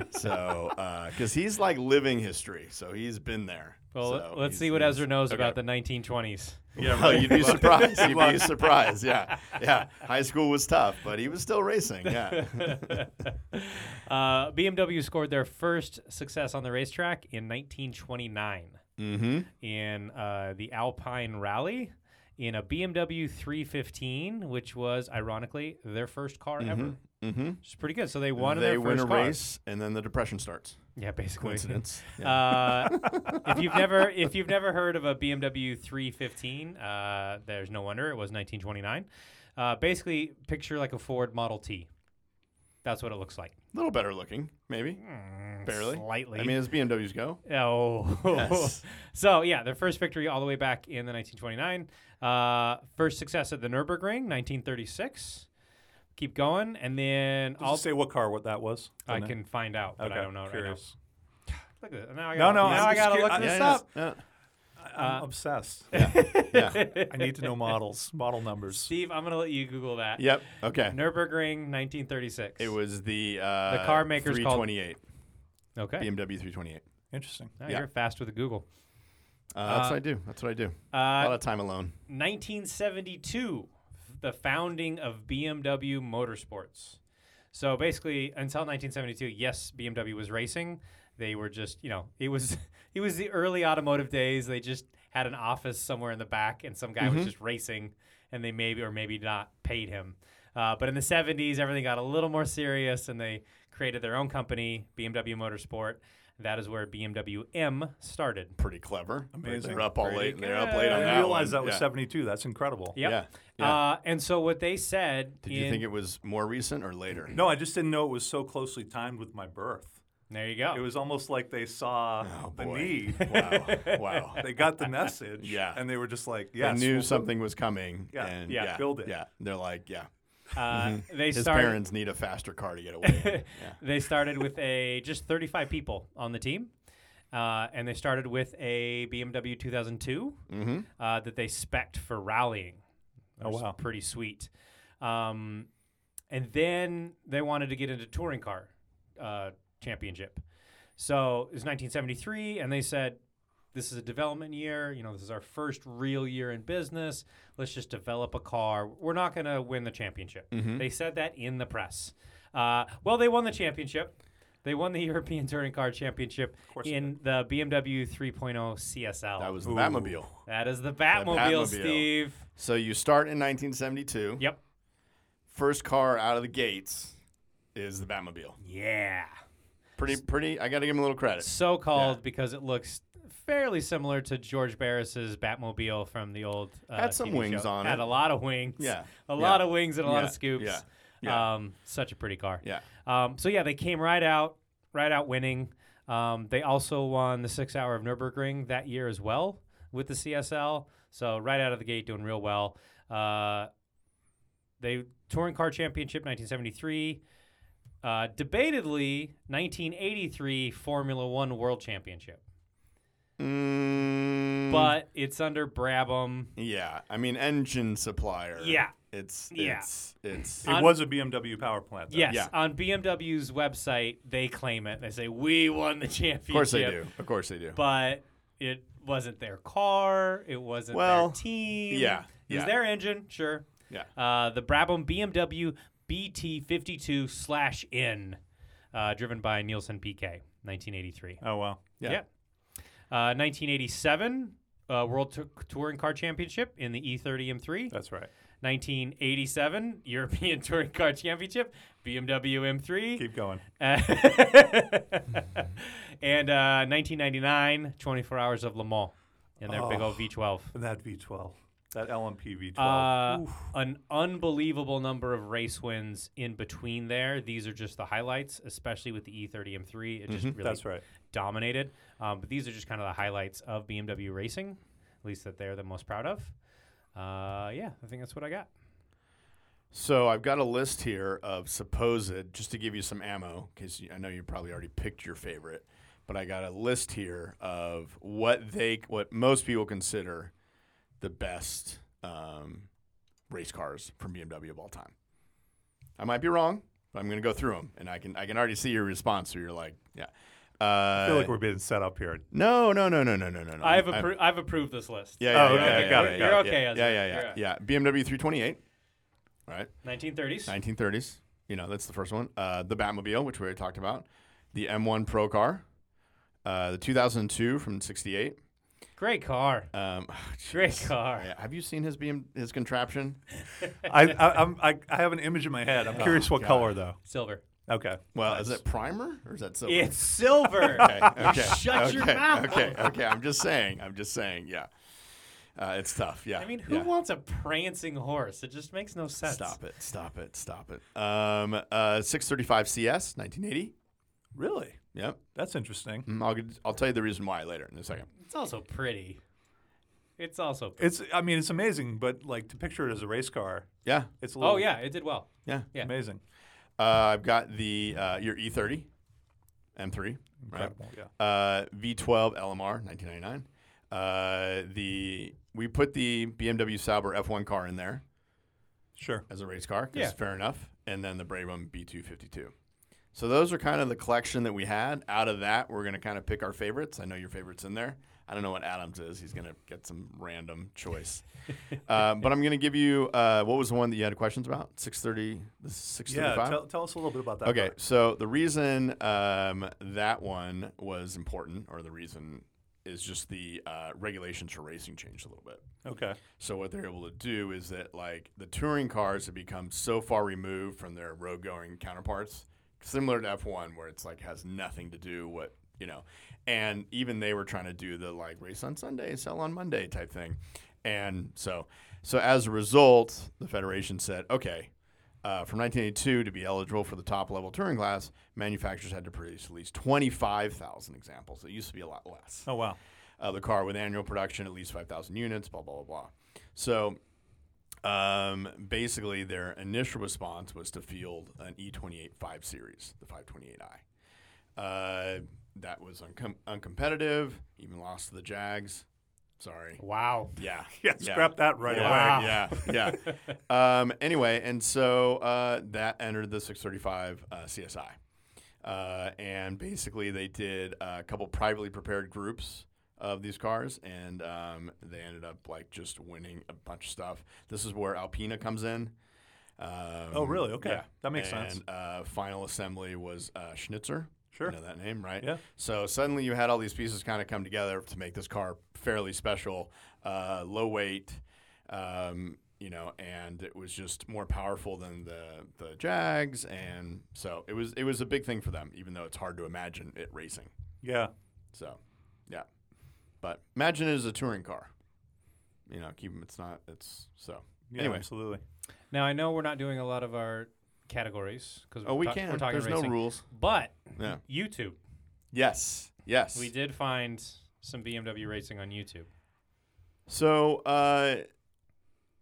so, because he's like living history, so he's been there.
well,
So
let- let's
he's-
see what
he's-
Ezra knows
okay.
about the 1920s.
Yeah,
Oh,
right.
you'd be surprised. You'd be surprised. Yeah, yeah. High school was tough, but he was still racing. Yeah.
Uh, BMW scored their first success on the racetrack in 1929
mm-hmm.
in uh, the Alpine Rally in a BMW 315, which was ironically their first car ever.
Mm-hmm.
It's pretty good. So they won in
they
their
win
first
a
car.
race, and then the depression starts.
Yeah, basically.
Coincidence. Yeah.
Uh, if you've never if you've never heard of a BMW 315, uh, there's no wonder it was 1929. Uh, basically, picture like a Ford Model T. That's what it looks like. Mm,
a little better looking, maybe. Barely.
slightly.
I mean, as BMWs go.
Oh,
Yes.
so yeah, their first victory all the way back in the 1929. Uh, first success at the Nürburgring, 1936. Keep going, and then
Does it
I'll
say what car what that was.
I
Doesn't it?
can find out, but I
Okay,
don't know
curious.
right now. Look at this. Now I
No,
gotta,
no,
now
I'm
I gotta
just curi-
look
I-
this
yeah,
up.
Yeah.
I'm
Uh,
obsessed.
yeah.
I need to know models, model numbers.
Steve, I'm gonna let you Google that.
Yep. Okay.
Nürburgring, 1936.
It was the uh,
The car maker's called-
328
okay.
BMW 328.
Interesting.
Now
yeah.
You're fast with the Google.
Uh, that's
Uh,
what I do. That's what I do. a lot
Uh,
of time alone.
1972, the founding of BMW Motorsports. So basically, until 1972, yes, BMW was racing. They were just, you know, it was it was the early automotive days. They just had an office somewhere in the back, and some guy
Mm-hmm.
was just racing, and they maybe or maybe not paid him. Uh, but in the 70s, everything got a little more serious, and they created their own company, BMW Motorsport. That is where BMW M started.
Pretty clever.
Amazing.
They're up all
Pretty
late. They're up
good.
late
I
on
Yeah,
didn't
that
realize
one.
that was
Yeah.
72. That's incredible.
Yep.
Yeah, yeah.
Uh, and so what they said.
Did you
in-
think it was more recent or later?
No, I just didn't know it was so closely timed with my birth.
There you go.
It was almost like they saw
Oh,
the
boy.
need.
Wow. Wow.
they got the message.
Yeah.
And they were just like,
I
yes.
knew
we'll-
something was coming.
Yeah,
and
yeah,
build it.
Yeah, they're like, yeah.
Uh, They
His
started.
parents need a faster car to get away. yeah.
They started with a just 35 people on the team, uh, and they started with a BMW 2002
Mm-hmm.
uh, that they spec'd for rallying.
Oh,
which is
wow.
pretty sweet. Um, and then they wanted to get into touring car uh, championship. So it was 1973, and they said, "This is a development year. You know, this is our first real year in business. Let's just develop a car. We're not going to win the championship."
Mm-hmm.
They said that in the press. Uh, well, they won the championship. They won the European Touring Car Championship
course they
in the BMW 3.0 CSL.
That was the Batmobile.
That is the Batmobile,
Batmobile.
Steve.
So you start in 1972.
Yep.
First car out of the gates is the Batmobile.
Yeah.
Pretty, pretty. I got to give him a little credit.
So called because it looks fairly similar to George Barris's Batmobile from the old. Uh,
Had some
TV
wings
show.
on
Had
it.
a lot of wings.
Yeah.
A
Yeah.
lot of wings and a lot
Yeah.
of scoops.
Yeah. Yeah.
Um, such a pretty car.
Yeah.
Um, so yeah, they came right out, right out winning. Um, they also won the six hour of Nürburgring that year as well with the CSL. So right out of the gate, doing real well. Uh, they touring car championship 1973. Uh, debatedly, 1983 Formula One World Championship,
Mm,
but it's under Brabham.
yeah, I mean engine supplier.
Yeah.
It's
Yeah. Uh,
it's it's
It
on-
was a BMW power plant. Though.
Yes,
Yeah.
on BMW's website, they claim it. They say we won the championship.
Of course they do. Of course they do.
but it wasn't their car. It wasn't
Well,
their team.
yeah,
it was
yeah.
their engine. Sure.
Yeah.
Uh, the Brabham BMW BT52 slash N, uh, driven by Nielsen PK, 1983.
Oh, wow.
Yeah.
yeah. Uh, 1987 uh, World Tou- Touring Car Championship in the E E30 M3.
Uh.
That's right.
1987 European Touring Car Championship BMW M3.
Keep going.
Uh, and uh, 1999, 24 Hours of Le Mans in their big
Oh.
old V12.
That V12. That LMP V12.
Uh, an unbelievable number of race wins in between there. These are just the highlights, especially with the E E30 M3. It just
Mm-hmm.
really
That's right.
dominated. Um, but these are just kind of the highlights of BMW racing, at least that they're the most proud of. Uh, yeah, I think that's what I got.
So I've got a list here of supposed, just to give you some ammo, because I know you probably already picked your favorite, but I got a list here of what they, what most people consider the best um, race cars from BMW of all time. I might be wrong, but I'm going to go through them, and I can, I can already see your response. So you're like, yeah. Uh,
I feel like we're being set up here.
no, no, no, no, no, no, no, no.
I've,
I'm-
appro- I've approved this list.
Yeah, yeah, yeah,
Oh, okay,
yeah,
got
yeah,
it,
yeah,
you're
yeah,
okay,
Yeah,
Ezra,
yeah, yeah,
you're okay.
yeah. BMW 328. All right.
1930s.
1930s. You know, that's the first one. Uh, the Batmobile, which we already talked about. The M1 Pro Car. Uh, the 2002 from '68.
Great car.
Um,
Great car.
yeah, have you seen his beam, his contraption?
I, I, I'm, I, I have an image in my head. I'm curious what
God.
color, though.
Silver.
Oh, Okay.
Well,
Nice.
is it primer or is that silver?
It's silver.
Okay, okay,
Shut your
okay,
mouth.
Okay, okay. I'm just saying. I'm just saying. Yeah, uh, it's tough. Yeah.
I mean, who
yeah.
wants a prancing horse? It just makes no sense.
Stop it! Stop it! Stop it! Um, uh, 635 CS, 1980.
Really?
Yep.
That's interesting.
Mm, I'll, get- I'll tell you the reason why later in a second.
It's also pretty. It's also. Pretty.
It's, I mean, it's amazing, but like to picture it as a race car,
Yeah.
it's a little
Oh yeah, it did well.
Yeah.
yeah.
amazing.
Uh, I've got the uh, your E30 M3, right?
Incredible. Yeah.
Uh, V12 LMR 1999. Uh, the we put the BMW Sauber F1 car in there
Sure.
as a race car. 'cause
Yeah.
fair enough. And then the Brabham B252. So those are kind of the collection that we had. Out of that, we're gonna kind of pick our favorites. I know your favorites in there. I don't know what Adams is. He's gonna get some random choice. uh, but I'm gonna give you uh, what was the one that you had questions about? 630, the 635.
Yeah. Tell, tell us a little bit about that.
Okay,
car.
so the reason um, that one was important, or the reason is just the uh, regulations for racing changed a little bit.
Okay.
So what they're able to do is that like the touring cars have become so far removed from their road going counterparts, similar to F1, where it's like has nothing to do what you know. And even they were trying to do the like race on Sunday, sell on Monday type thing. And so, so as a result, the federation said, okay, uh, from 1982 to be eligible for the top level touring class, manufacturers had to produce at least 25,000 examples. It used to be a lot less
Oh wow.
uh, the car with annual production at least 5,000 units, blah, blah, blah, blah. So um, basically, their initial response was to field an E28 5 Series, the 528i. Uh, that was uncom- uncompetitive, even lost to the Jags. Sorry.
Wow.
Yeah.
Yeah, scrap that right
yeah,
away.
Wow.
Yeah, yeah. um, anyway, and so uh, that entered the 635 uh, CSI. Uh, and basically, they did a couple privately prepared groups of these cars, and um, they ended up like just winning a bunch of stuff. This is where Alpina comes in. Um,
Oh, really? Okay.
yeah.
That makes sense.
And uh, final assembly was uh, Schnitzer.
Sure.
You know that name, right?
Yeah.
So suddenly you had all these pieces kind of come together to make this car fairly special, uh, low weight, um, you know, and it was just more powerful than the the Jags, and so it was it was a big thing for them, even though it's hard to imagine it racing.
Yeah.
So, yeah, but imagine it as a touring car. You know, keep it's not it's so.
Yeah,
Anyway.
absolutely.
Now I know we're not doing a lot of our categories because
Oh, we can.
We're talking
There's
racing,
no rules.
but
Yeah.
YouTube.
Yes. Yes.
We did find some BMW racing on YouTube.
So, uh,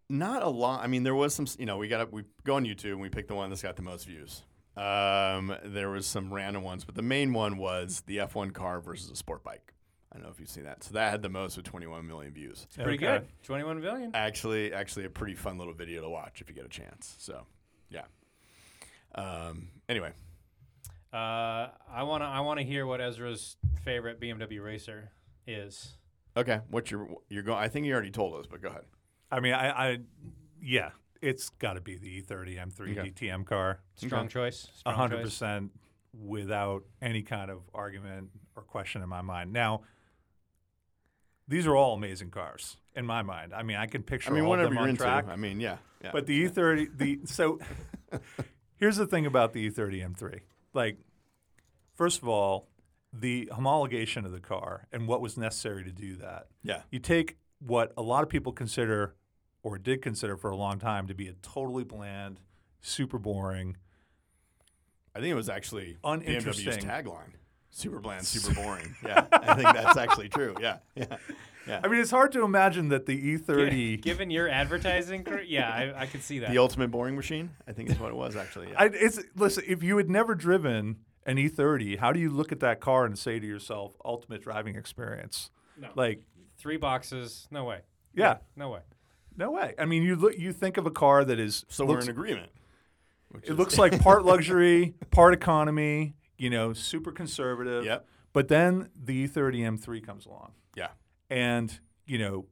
not a lot. I mean, there was some. You know, we got up. We go on YouTube and we pick the one that's got the most views. Um, there was some random ones, but the main one was the F1 car versus a sport bike. I don't know if you've seen that. So that had the most with 21 million views.
Pretty
Okay.
good. 21 billion.
Actually, actually, a pretty fun little video to watch if you get a chance. So, yeah. Um, anyway,
Uh, I wanna I wanna hear what Ezra's favorite BMW racer is.
okay. What's your you're going? I think you already told us, but go ahead.
I mean, I, I yeah, it's got to be the E E30 M3
Okay.
DTM car,
Strong choice.
a
Strong
hundred
choice.
percent, without any kind of argument or question in my mind. Now, these are all amazing cars in my mind. I mean, I can picture
I mean,
all of
whatever
them
you're
on
into.
track.
I mean, yeah. yeah.
But the E30, the so here's the thing about the E E30 M3. Like, first of all, the homologation of the car and what was necessary to do that.
yeah.
You take what a lot of people consider or did consider for a long time to be a totally bland, super boring.
I think it was actually BMW's
Uninteresting.
tagline. Super bland, super boring. Yeah, I think that's actually true. Yeah, yeah, yeah.
I mean, it's hard to imagine that the E E30.
Given your advertising, career, yeah, I, I could see that.
The ultimate boring machine. I think is what it was actually. Yeah.
I, it's listen. If you had never driven an E30, how do you look at that car and say to yourself, "Ultimate driving experience"?
No.
Like,
Three boxes. No way.
yeah,
No way.
No way. I mean, you look. You think of a car that is.
so we're
looks,
in agreement. Which
it looks like part luxury, part economy. You know, super conservative.
Yep.
But then the E E30 M3 comes along,
Yeah,
and you know,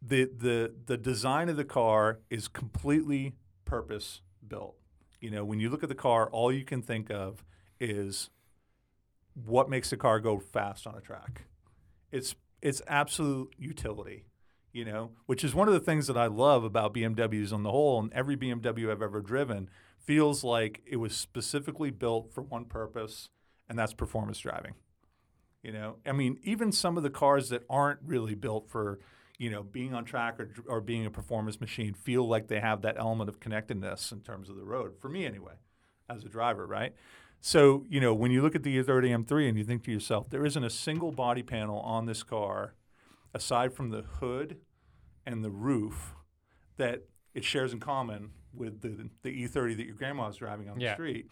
the the the design of the car is completely purpose built. You know, when you look at the car, all you can think of is what makes the car go fast on a track. It's it's absolute utility, you know, which is one of the things that I love about BMWs on the whole, and every BMW I've ever driven feels like it was specifically built for one purpose, and that's performance driving. You know, I mean, even some of the cars that aren't really built for, you know, being on track or, or being a performance machine feel like they have that element of connectedness in terms of the road. For me, anyway, as a driver, right? So, you know, when you look at the E30 M3 and you think to yourself, there isn't a single body panel on this car aside from the hood and the roof that it shares in common with the, the E30 that your grandma's driving on
Yeah.
the street.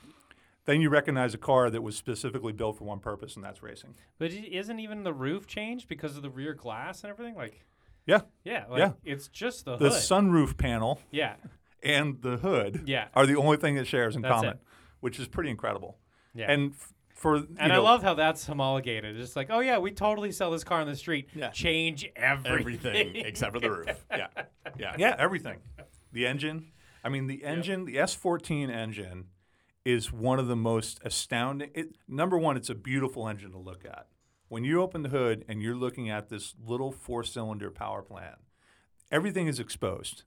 Then you recognize a car that was specifically built for one purpose, and that's racing.
But i- isn't even the roof changed because of the rear glass and everything? Like,
Yeah.
yeah, like
Yeah.
it's just the,
The
hood.
sunroof panel
yeah,
and the hood
Yeah.
are the only thing that shares in
That's
common,
it.
which is pretty incredible.
yeah.
And f- for you
And I
know,
love how that's homologated. It's like, oh yeah, we totally sell this car on the street.
Yeah.
Change everything.
everything except for the roof. Yeah, yeah,
yeah, everything. The engine. I mean, the engine, the S14 engine, is one of the most astounding. It, number one, it's a beautiful engine to look at. When you open the hood and you're looking at this little four-cylinder power plant, everything is exposed.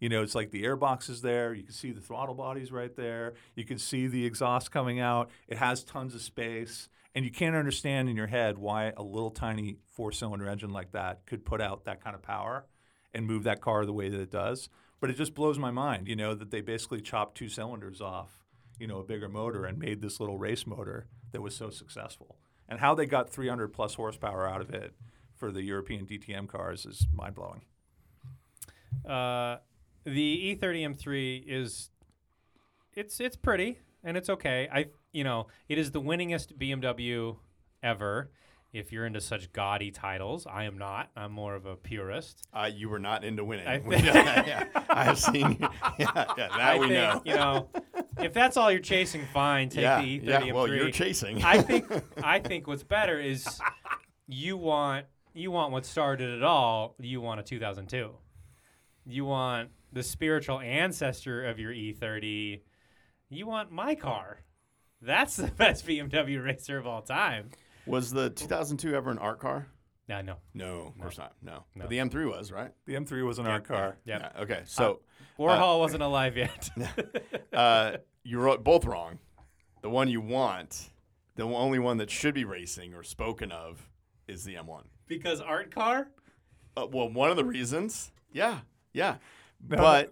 You know, it's like the airbox is there. You can see the throttle body's right there. You can see the exhaust coming out. It has tons of space. And you can't understand in your head why a little tiny four cylinder engine like that could put out that kind of power and move that car the way that it does. But it just blows my mind, you know, that they basically chopped two cylinders off, you know, a bigger motor and made this little race motor that was so successful. And how they got 300 plus horsepower out of it for the European DTM cars is mind blowing.
Uh, the E30 M3 is it's it's pretty and it's okay. I you know it is the winningest BMW ever. If you're into such gaudy titles, I am not. I'm more of a purist.
Uh, you were not into winning.
I
We
think-
know that, yeah. I have seen you. Yeah, yeah, that
I
we
think
know.
you know if that's all you're chasing, fine. Take
yeah,
the E E30
yeah.
M3.
Well, you're chasing.
I think I think what's better is you want you want what started it all. You want a 2002. You want the spiritual ancestor of your E30. You want my car. That's the best BMW racer of all time.
was the 2002 ever an art car?
No, no.
No, of course not. No.
No.
But the M3 was, right?
The M3 was an art car.
Yep.
Yeah, okay. So
Warhol wasn't alive yet.
uh, you wrote both wrong. The one you want, the only one that should be racing or spoken of, is the M1.
because art car?
Uh, well, one of the reasons. Yeah, yeah. But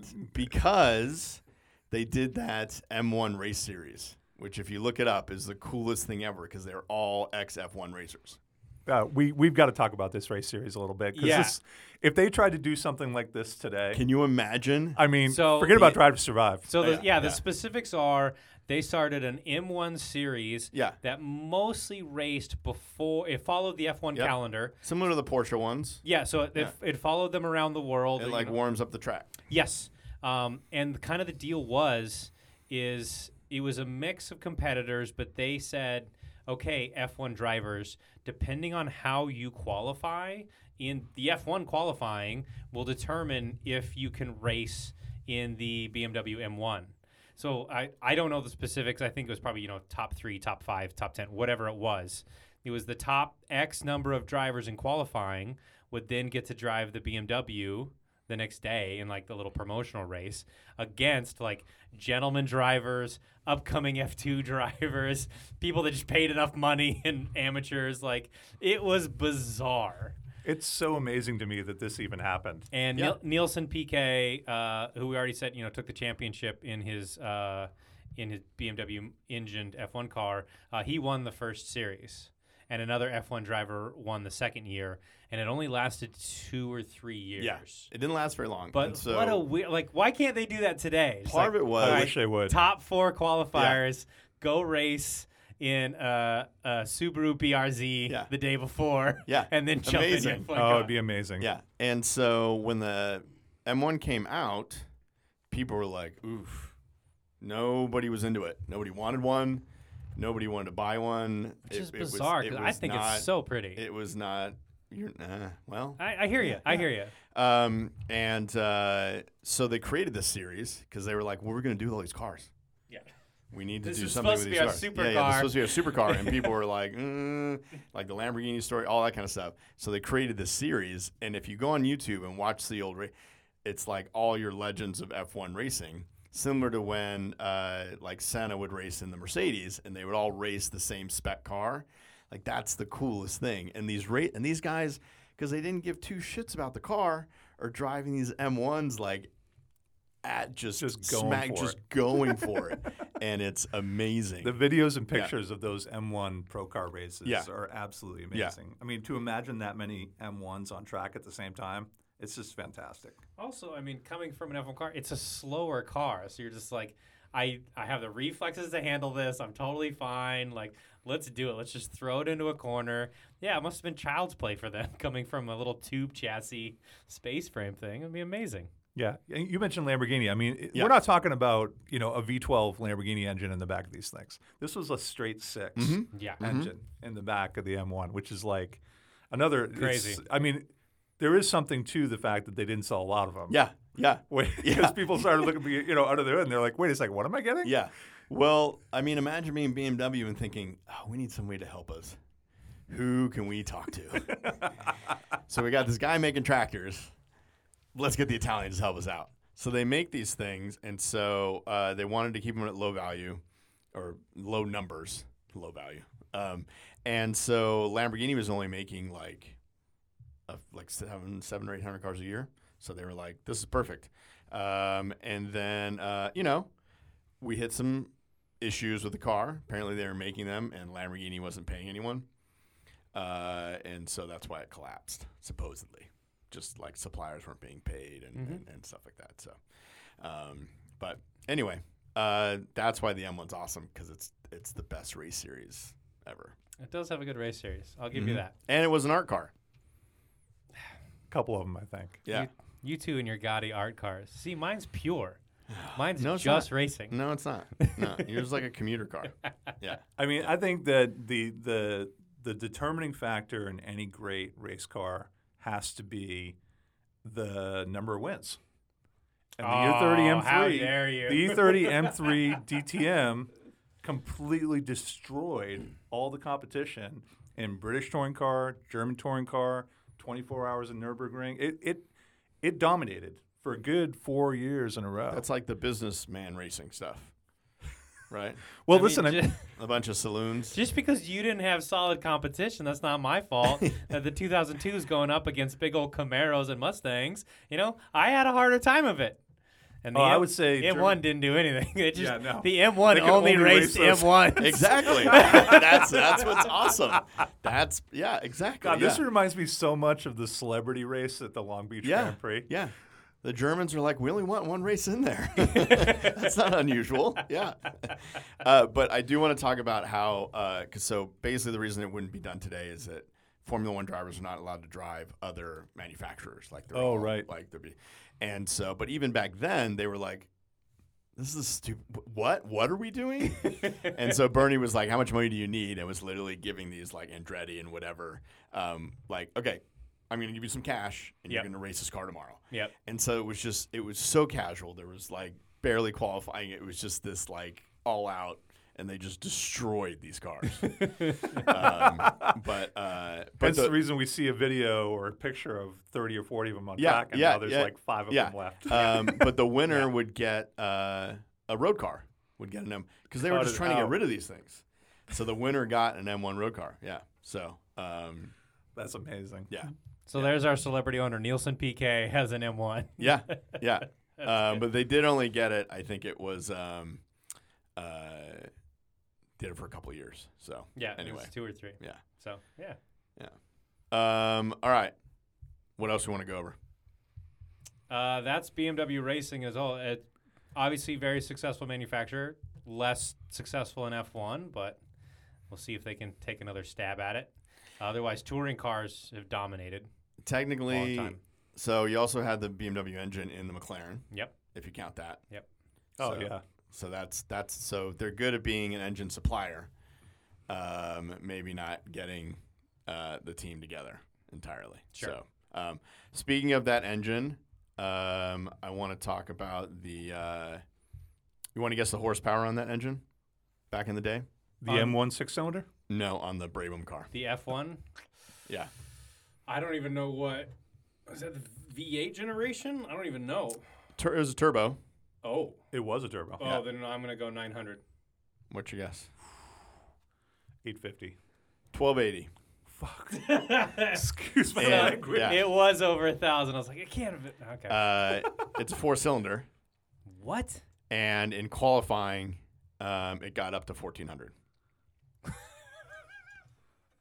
because they did that M1 race series, which, if you look it up, is the coolest thing ever because they're all ex F1 racers.
Uh, we, we've got to talk about this race series a little bit. 'cause
Yeah.
this- if they tried to do something like this today,
Can you imagine?
I mean,
So-
forget about
Yeah.
Drive to Survive.
So the,
Yeah,
yeah, the
yeah.
specifics are they started an M1 series
Yeah.
that mostly raced before it followed the F1
Yep.
calendar.
Similar to the Porsche ones,
Yeah, so it, it, it followed them around the world.
it
you
like
know.
warms up the track.
yes, um, and kind of the deal was is it was a mix of competitors, but they said, okay, F1 drivers, depending on how you qualify in the F1 qualifying, will determine if you can race in the BMW M1. So I, I don't know the specifics. I think it was probably you know top three, top five, top ten, whatever it was. It was the top X number of drivers in qualifying would then get to drive the BMW the next day in like the little promotional race against like gentleman drivers, upcoming F2 drivers, people that just paid enough money and amateurs. Like it was bizarre.
It's so amazing to me that this even happened.
And
Yeah.
Niel- Nielsen PK, uh, who we already said, you know, took the championship in his uh, in his BMW engined F1 car. Uh, he won the first series, and another F1 driver won the second year, and it only lasted two or three years.
Yeah, it didn't last very long.
But
And so
what a weird, like, why can't they do that today? Just
part
like,
of it was
I
Alright.
wish they would.
top four qualifiers go race in uh, a Subaru BRZ
Yeah.
the day before,
Yeah.
and then jump in
Amazing.
your F1
oh,
car.
it'd be amazing.
Yeah. And so when the M1 came out, people were like, oof. Nobody was into it. Nobody wanted one. Nobody wanted to buy one.
which
It-
is
it was-
bizarre
it
because I
was
think
not-
it's so pretty.
It was not. You're, nah, well.
I, I hear you. I hear you.
Um, and uh, so they created this series because they were like, well, we're going to do with all these cars.
Yeah.
We need to
This
do
is
something with
supposed to
these
be our
cars. Yeah, yeah, this is supposed
supercar.
to be a supercar, and people were like, mm, like the Lamborghini story, all that kind of stuff. So they created this series, and if you go on YouTube and watch the old, ra- it's like all your legends of F1 racing, similar to when uh, like Senna would race in the Mercedes, and they would all race the same spec car. Like that's the coolest thing. And these rate and these guys, because they didn't give two shits about the car, are driving these M1s like at just,
Just going
smack,
for
just going for it, and it's amazing.
The videos and pictures of those M1 Pro Car races
Yeah.
are absolutely amazing. I mean, to imagine that many M1s on track at the same time, it's just fantastic.
Also, I mean, coming from an F1 car, it's a slower car, so you're just like, I I have the reflexes to handle this. I'm totally fine. Like, let's do it. Let's just throw it into a corner. Yeah, it must have been child's play for them coming from a little tube chassis space frame thing. It'd be amazing.
Yeah. And You mentioned Lamborghini. I mean, it-
Yeah.
we're not talking about, you know, a V12 Lamborghini engine in the back of these things. This was a straight 6
Mm-hmm.
Yeah.
engine in the back of the M1, which is like another it's-
Crazy.
I mean, there is something to the fact that they didn't sell a lot of them.
yeah, yeah,
Because
Yeah.
people started looking, you know, under the hood, and they're like, "Wait a second, what am I getting?"
yeah. Well, I mean, imagine being BMW and thinking, oh, we need somebody to help us. Who can we talk to? so we got this guy making tractors. Let's get the Italians to help us out. So they make these things, and so uh, they wanted to keep them at low value or low numbers, low value. Um, and so Lamborghini was only making like uh, like seven, seven or eight hundred cars a year. So they were like, "This is perfect." Um, and then uh, you know, we hit some issues with the car. Apparently, they were making them, and Lamborghini wasn't paying anyone, uh, and so that's why it collapsed. Supposedly, just like suppliers weren't being paid and,
Mhm.
and, and stuff like that. So, um, but anyway, uh, that's why the M1's awesome because it's it's the best race series ever,
It does have a good race series. I'll give you
Mhm.
that.
and it was an art car.
couple of them, I think.
Yeah.
You, you two and your gaudy art cars. See, mine's pure. Mine's
No, it's
just racing.
no, it's not. No, yours is like a commuter car. Yeah.
I mean, I think that the the the determining factor in any great race car has to be the number of wins. And the E
Oh,
E30 M3,
how dare you.
the E E30 M3 DTM completely destroyed all the competition in British touring car, German touring car, 24 hours in Nürburgring. It it it dominated for a good four years in a row.
That's like the businessman racing stuff, right?
well,
I mean,
listen, I-
ju-
A bunch of saloons.
Just because you didn't have solid competition, that's not my fault. that the 2002 is going up against big old Camaros and Mustangs. You know, I had a harder time of it. And
Oh, I
M-
would say
M1 didn't do anything. It just
Yeah, no.
the M1
They could
only,
only
raced
race those-
M1.
Exactly. that's that's what's awesome. That's yeah, exactly.
God,
yeah.
this reminds me so much of the celebrity race at the Long Beach
yeah,
Grand Prix.
yeah. The Germans are like, we only want one race in there. that's not unusual. Yeah. Uh, but I do want to talk about how, uh 'cause so basically the reason it wouldn't be done today is that Formula One drivers are not allowed to drive other manufacturers. Like they're
Oh,
all-
right.
Like they're, be- and so, but even back then, they were like, this is stupid. What? What are we doing? and so Bernie was like, "How much money do you need?" And was literally giving these like Andretti and whatever, um, like, "Okay, I'm going to give you some cash, and
Yep.
you're going to race this car tomorrow."
Yep.
And so it was just, it was so casual. There was like barely qualifying. It was just this like all out, and they just destroyed these cars. um, but uh, but
That's
the-
the, reason we see a video or a picture of 30 or 40 of them on
Yeah,
track, and
yeah,
now there's
yeah,
like five of
yeah.
them left.
um, but the winner would get uh, a road car, would get an M because they were
Cut
just
it
trying to get
out.
rid of these things. So the winner got an M1 road car. Yeah. So um,
That's amazing.
yeah,
So there's our celebrity owner Nielsen PK has an M1.
yeah, yeah. um, but they did only get it. I think it was um, uh, did it for a couple of years. So
Yeah. it
Anyway.
was two or three.
Yeah.
So yeah.
um, all right. What else we want to go over?
Uh, that's BMW Racing as well. It, obviously, very successful manufacturer. Less successful in F1, but we'll see if they can take another stab at it. Otherwise, touring cars have dominated.
Technically,
time.
so you also had the BMW engine in the McLaren,
Yep.
if you count that.
Yep.
Oh,
So- um,
yeah.
So that's that's so they're good at being an engine supplier. Um, maybe not getting uh, the team together entirely.
Sure.
So, um, speaking of that engine, um, I want to talk about the. Uh, you want to guess the horsepower on that engine? Back in the day?
The
Um,
M1 six cylinder?
No, on the Brabham car.
The F1,
Yeah,
I don't even know what. Is that the V8 generation? I don't even know.
Tur- it was a turbo.
Oh.
It was a turbo.
Oh,
Yeah.
then I'm going to go 900.
What's your guess?
850.
Twelve eighty.
Fuck. Excuse my
Yeah,
language.
yeah.
It was over a 1,000. I was like, I can't have it. Okay.
Uh, it's a four cylinder,
what?
and in qualifying, um, it got up to fourteen hundred.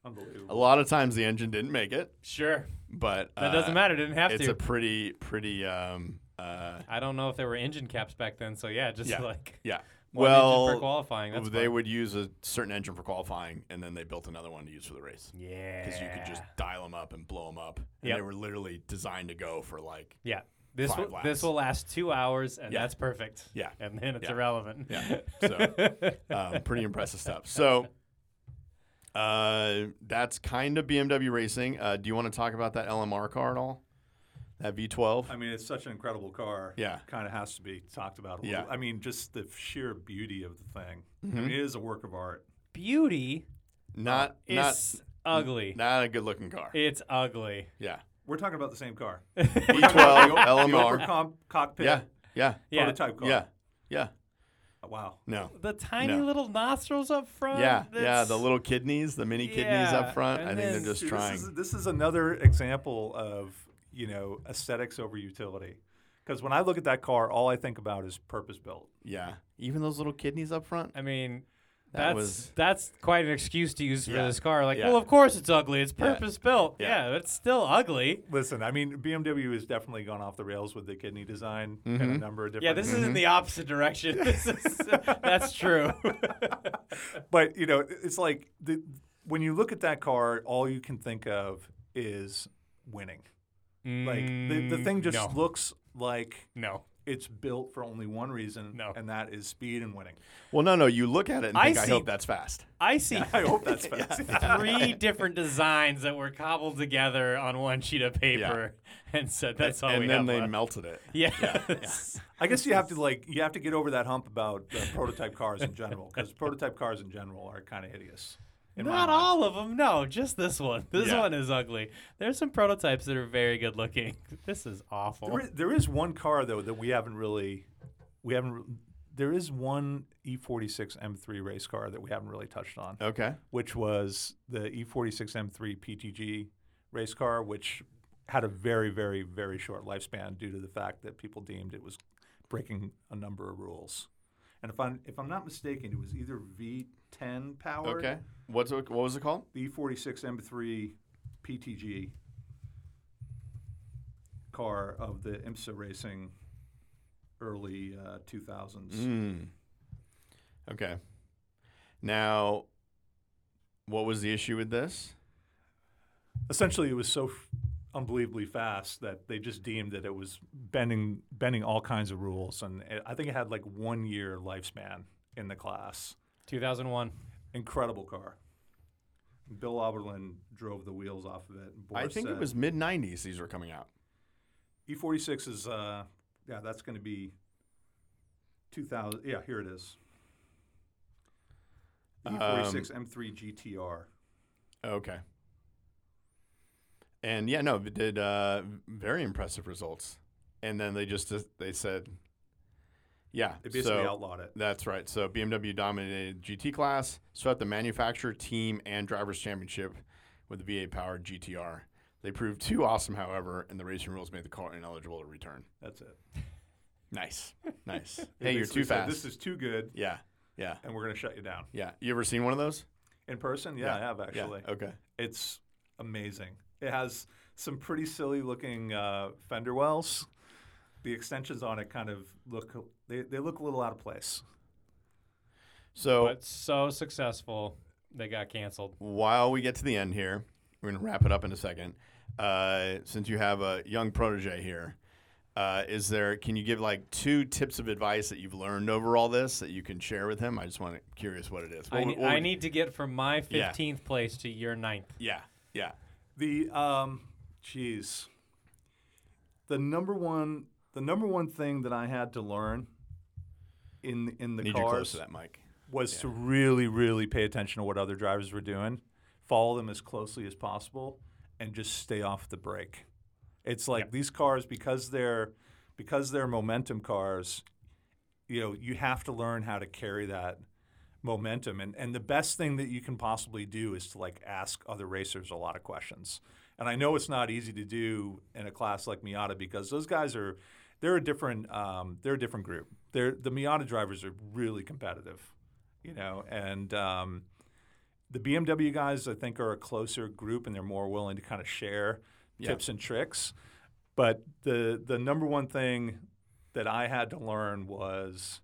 A
Unbelievable.
lot of times the engine didn't make it.
Sure.
but
That
uh,
doesn't matter. Didn't have
It's
to.
a pretty, pretty, um, uh,
I don't know if there were engine caps back then, so yeah, just
Yeah.
like
yeah.
one engine per
well,
qualifying. That's
they
fine.
would use a certain engine for qualifying, and then they built another one to use for the race
yeah,
because you could just dial them up and blow them up. And
Yep.
they were literally designed to go for like,
yeah. This
five
will, this
laps.
will last two hours, and
Yeah.
that's perfect.
Yeah.
and then it's
Yeah.
irrelevant.
yeah. So, um, pretty impressive stuff. So. Uh, that's kind of BMW racing. Uh, do you want to talk about that LMR car at all? That V12?
uh,
I mean, it's such an incredible car.
Yeah.
Kind of has to be talked about a
Yeah. Mm-hmm.
little. I mean, just the sheer beauty of the thing. I mean, it is a work of art.
Beauty
Not, not,
is ugly.
not a good looking car.
It's ugly.
Yeah.
We're talking about the same car.
V12
The
LMR.
open com- cockpit.
Yeah. Yeah.
Yeah.
Prototype car.
Yeah. Yeah.
Wow.
No.
The tiny
No.
little nostrils up front.
Yeah. Yeah.
that's-
The little kidneys, the mini kidneys
Yeah,
up front. I think
and
they're
then-
just
See,
trying.
This is, this is another example of you know aesthetics over utility. Because when I look at that car, all I think about is purpose built.
yeah. Even those little kidneys up front.
I mean,
That
that's
was-
that's quite an excuse to use for
Yeah.
this car. Like,
Yeah.
well, of course it's ugly. It's
Yeah.
purpose built.
Yeah.
Yeah. but it's still ugly.
Listen, I mean, BMW has definitely gone off the rails with the kidney design in a number of different.
Yeah, this is in
Mm-hmm.
the opposite direction. This is that's true.
But you know, it- it's like the, when you look at that car, all you can think of is winning. Like the, the thing just
no,
looks like
Mm, no.
it's built for only one reason,
No.
and that is speed and winning.
Well, no, no. You look at it and
I
think, I
see-
hope that's fast.
I see
I hope that's fast.
three different designs that were cobbled together on one sheet of paper and said that's all we
and then
have
they
left.
melted it.
yeah.
I guess you have to like you have to get over that hump about uh, prototype cars in general because prototype cars in general are kind of hideous. in my
Not
mind.
all of them, no. Just this one. This
Yeah.
one is ugly. There's some prototypes that are very good looking. This is awful.
There is, there is one car though that we haven't really, we haven't. re- There is one E E46 M3 race car that we haven't really touched
Oh.
on,
Okay.
which was the E E46 M3 PTG race car, which had a very, very, very short lifespan due to the fact that people deemed it was breaking a number of rules. And if I'm if I'm not mistaken, it was either V10 powered,
Okay. What's it, what was it called?
the E46 M3 PTG car of the IMSA Racing early uh, 2000s.
Mm. Okay. Now, what was the issue with this?
Essentially, it was so f- unbelievably fast that they just deemed that it was bending bending all kinds of rules, and it, I think it had like one year lifespan in the class.
2001.
Incredible car. Bill Oberlin drove the wheels off of it. and
I
Boris
think it
said-
was mid '90s. These were coming out.
E46 E is uh yeah, that's going to be 2000 yeah, here it is.
Um,
E E46 M3 GTR.
Okay. And yeah, no, it did uh, very impressive results. And then they just they said, yeah,
They basically
so-
outlawed it.
That's right. So BMW dominated GT class, swept the manufacturer, team, and drivers championship with the V8 powered GTR. They proved too awesome, however, and the racing rules made the car ineligible to return.
That's it.
Nice, nice.
They
hey, you're
basically
too
said,
fast.
this is too good
yeah, yeah,
and we're going to shut you down.
yeah. You ever seen one of those?
In person? Yeah,
Yeah.
I have actually.
Yeah. Okay.
It's amazing. It has some pretty silly looking uh, fender wells. The extensions on it kind of look they, they look a little out of place.
So
But so successful, they got canceled.
while we get to the end here, we're going to wrap it up in a second. Uh, since you have a young protege here, uh, is there? Can you give like two tips of advice that you've learned over all this that you can share with him? I just want to curious what it is. What
I,
would-
ne-
what
I
would-
need to get from my
Yeah.
15th place to your ninth.
Yeah, yeah.
The um, jeez. The number one, the number one thing that I had to learn in in the
need you close
cars
to that mic.
was to really, really pay attention to what other drivers were doing, follow them as closely as possible, and just stay off the brake. It's like these cars because they're because they're momentum cars. You know, you have to learn how to carry that momentum, and and the best thing that you can possibly do is to like ask other racers a lot of questions. And I know it's not easy to do in a class like Miata because those guys are they're a different um, they're a different group. They're the Miata drivers are really competitive you know and um, the bmw guys i think are a closer group and they're more willing to kind of share
Yeah.
tips and tricks but the the number one thing that i had to learn was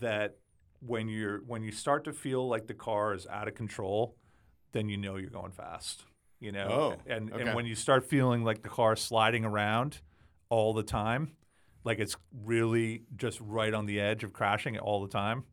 that when you're when you start to feel like the car is out of control then you know you're going fast you know
Oh,
and
okay.
and when you start feeling like the car sliding around all the time like it's really just right on the edge of crashing all the time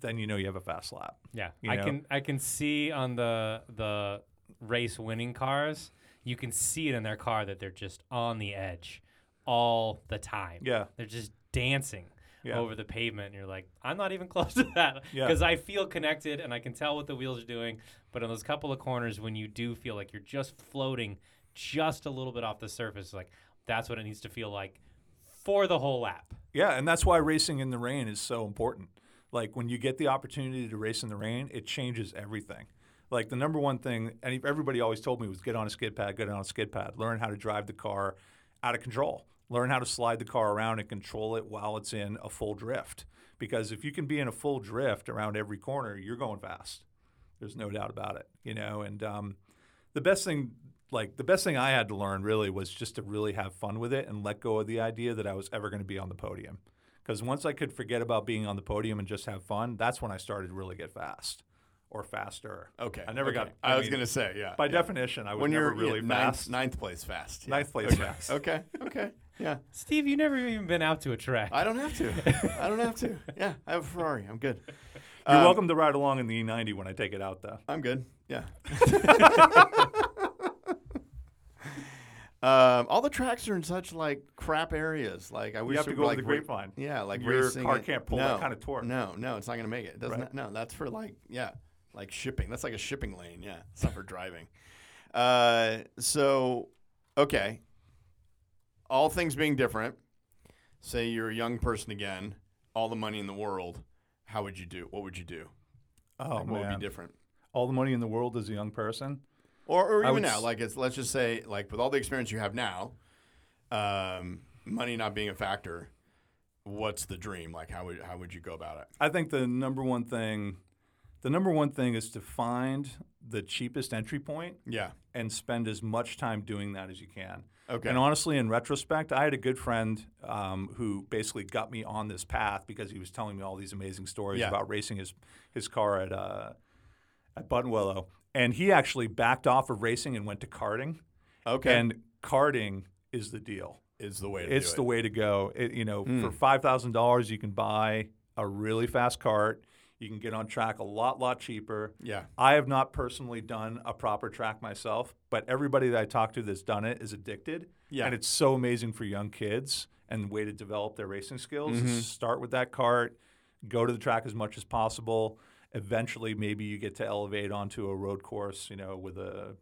then you know you have a fast lap.
Yeah,
You
I
know?
can I can see on the the race winning cars, you can see it in their car that they're just on the edge all the time.
Yeah.
they're just dancing
Yeah.
over the pavement, and you're like, I'm not even close to that
Yeah.
because I feel connected and I can tell what the wheels are doing. But on those couple of corners, when you do feel like you're just floating just a little bit off the surface, like that's what it needs to feel like for the whole lap.
Yeah, and that's why racing in the rain is so important. Like when you get the opportunity to race in the rain, it changes everything. Like the number one thing, and everybody always told me was get on a skid pad, get on a skid pad, learn how to drive the car out of control, learn how to slide the car around and control it while it's in a full drift. Because if you can be in a full drift around every corner, you're going fast. There's no doubt about it, you know. And um, the best thing, like the best thing I had to learn really was just to really have fun with it and let go of the idea that I was ever going to be on the podium. Because once I could forget about being on the podium and just have fun, that's when I started to really get fast or faster.
Okay.
I never
okay.
got.
I, was
mean,
going to say, yeah.
by
yeah.
definition, I was
when
never
you're
really
yeah,
fast.
ninth, ninth place fast. yeah.
Ninth place
okay.
fast.
Okay. Okay. Yeah.
Steve, you never even been out to a track.
I don't have to. I don't have to. Yeah. I have a Ferrari. I'm good.
You're
Um,
welcome to ride along in the E90 when I take it out, though.
I'm good. Yeah. um, all the tracks are in such like crap areas. Like I wish
have to
it
go
were,
over
like,
the
ra-
grapevine.
yeah, like
Your
racing
car
it-
can't pull that
no,
kind of torque.
No, no, it's not going to make it. it doesn't
Right.
no, that's for like yeah, like shipping. That's like a shipping lane. Yeah, it's not for driving. Uh, so okay, all things being different, say you're a young person again, all the money in the world. How would you do? What would you do?
Oh
Like, what would be different?
All the money in the world as a young person.
or, or
I
even
would
now,
s-
like it's let's just say, like with all the experience you have now, um, money not being a factor, what's the dream? Like, how would how would you go about it?
I think the number one thing, the number one thing is to find the cheapest entry point
Yeah.
and spend as much time doing that as you can.
Okay.
And honestly, in retrospect, I had a good friend um, who basically got me on this path because he was telling me all these amazing stories
Yeah.
about racing his his car at uh, at Button Willow, and he actually backed off of racing and went to karting.
Okay.
And karting is the deal
is the way to
it's
do
the
it. Hmm.
way to go. It, you know, for five thousand dollars, you can buy a really fast cart. You can get on track a lot, lot cheaper.
Yeah.
I have not personally done a proper track myself, but everybody that I talk to that's done it is addicted.
Yeah.
and it's so amazing for young kids and the way to develop their racing skills.
Mm-hmm.
is Start with that cart, go to the track as much as possible. Eventually, maybe you get to elevate onto a road course. You know, with a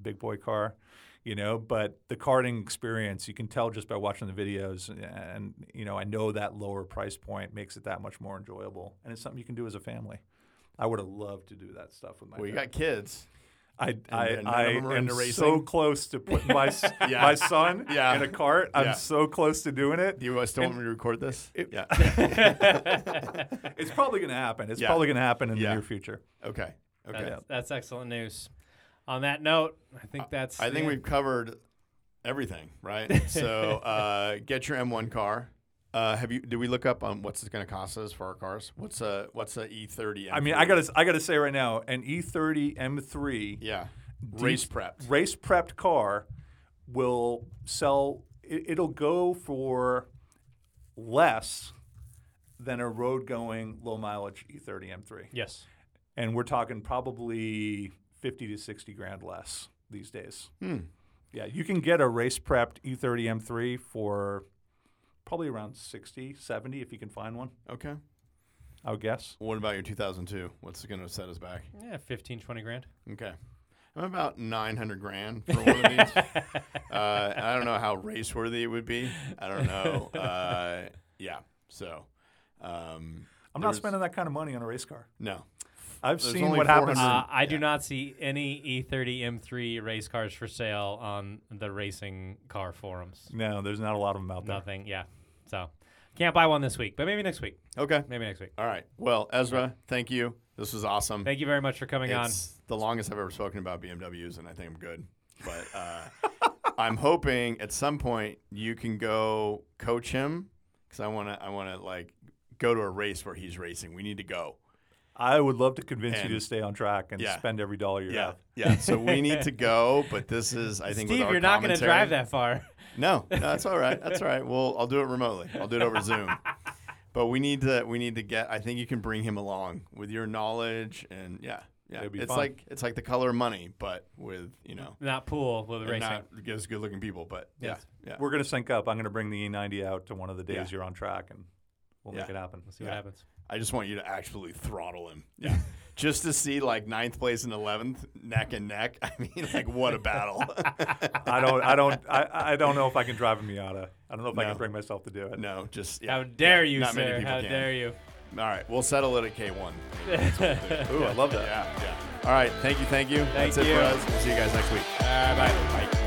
big boy car, you know. But the karting experience, you can tell just by watching the videos, and you know, I know that lower price point makes it that much more enjoyable, and it's something you can do as a family. I would have loved to do that stuff with my.
Well, you
family.
got kids.
I
then
I,
none
I
of 'em are
am
into
so
racing.
close to putting my s-
Yeah.
my son
Yeah.
in a cart. I'm
Yeah.
so close to doing it.
Do you uh, still want me to record this? yeah.
It's probably going to happen. It's
Yeah.
probably going to happen in
Yeah.
the near future.
okay. Okay. Uh,
That's, that's excellent news. On that note, I think that's.
I
the
think
end.
we've covered everything, right? so uh, get your M1 car. Uh, have you? Did we look up on what's it going to cost us for our cars? What's a what's a E E30?
I mean, I got to I got to say right now, an E E30 M3
yeah, race prepped.
race prepped car will sell it, it'll go for less than a road going low mileage E E30 M3
Yes.
and we're talking probably 50 to 60 grand less these days
Hmm.
yeah you can get a race prepped E E30 M3 for probably around 60 70 if you can find one
Okay.
I would guess
What about your 2002? What's going to set us back?
Yeah, 15, 20 grand.
Okay. I'm about 900 grand for one of these. uh, I don't know how race worthy it would be. I don't know. Uh, yeah. So, um,
I'm
there
not
was-
spending that kind of money on a race car
No.
I've
There's
seen
only
what happens
400
Uh, I do not see any E E30 M3 race cars for sale on the racing car forums.
no there's not a lot of them out there
Nothing. Yeah. So can't buy one this week, but maybe next week.
Okay.
Maybe next week.
All right. Well, Ezra, thank you. This was awesome.
Thank you very much for coming on.
It's the longest I've ever spoken about BMWs, and I think I'm good. But uh, I'm hoping at some point you can go coach him because I want to. I want to like go to a race where he's racing. We need to go.
I would love to convince
And-
you to stay on track and
yeah.
spend every dollar you
Yeah,
have
yeah. So we need to go, but this is I think. with
Steve,
our
you're not going to
commentary-
drive that far.
No, no, that's all right. That's all right. Well, I'll do it remotely. I'll do it over Zoom. But we need to. We need to get. I think you can bring him along with your knowledge and yeah, yeah.
It'd be
it's
fun.
like it's like the color of money, but with you know.
not pool with
and
racing.
Not as good looking people, but
Yes.
yeah, yeah.
We're going to sync up. I'm going to bring the E90 out to one of the days
Yeah.
you're on track, and we'll make
Yeah.
it happen.
See what
Yeah.
happens.
I just want you to actually throttle him. Yeah. just to see like ninth place and eleventh neck and neck. I mean, like what a battle!
I don't. I don't. I, I don't know if I can drive a Miata. I don't know if I
No.
can bring myself to do it.
no, just yeah,
How dare
yeah,
you,
Not many
sir?
people
How
can.
dare you?
All right, we'll settle it at K one.
Ooh, I love that.
Yeah, yeah. All right, thank you, thank you. That's it
you.
for us. We'll see you guys next week.
All right, bye.
Bye.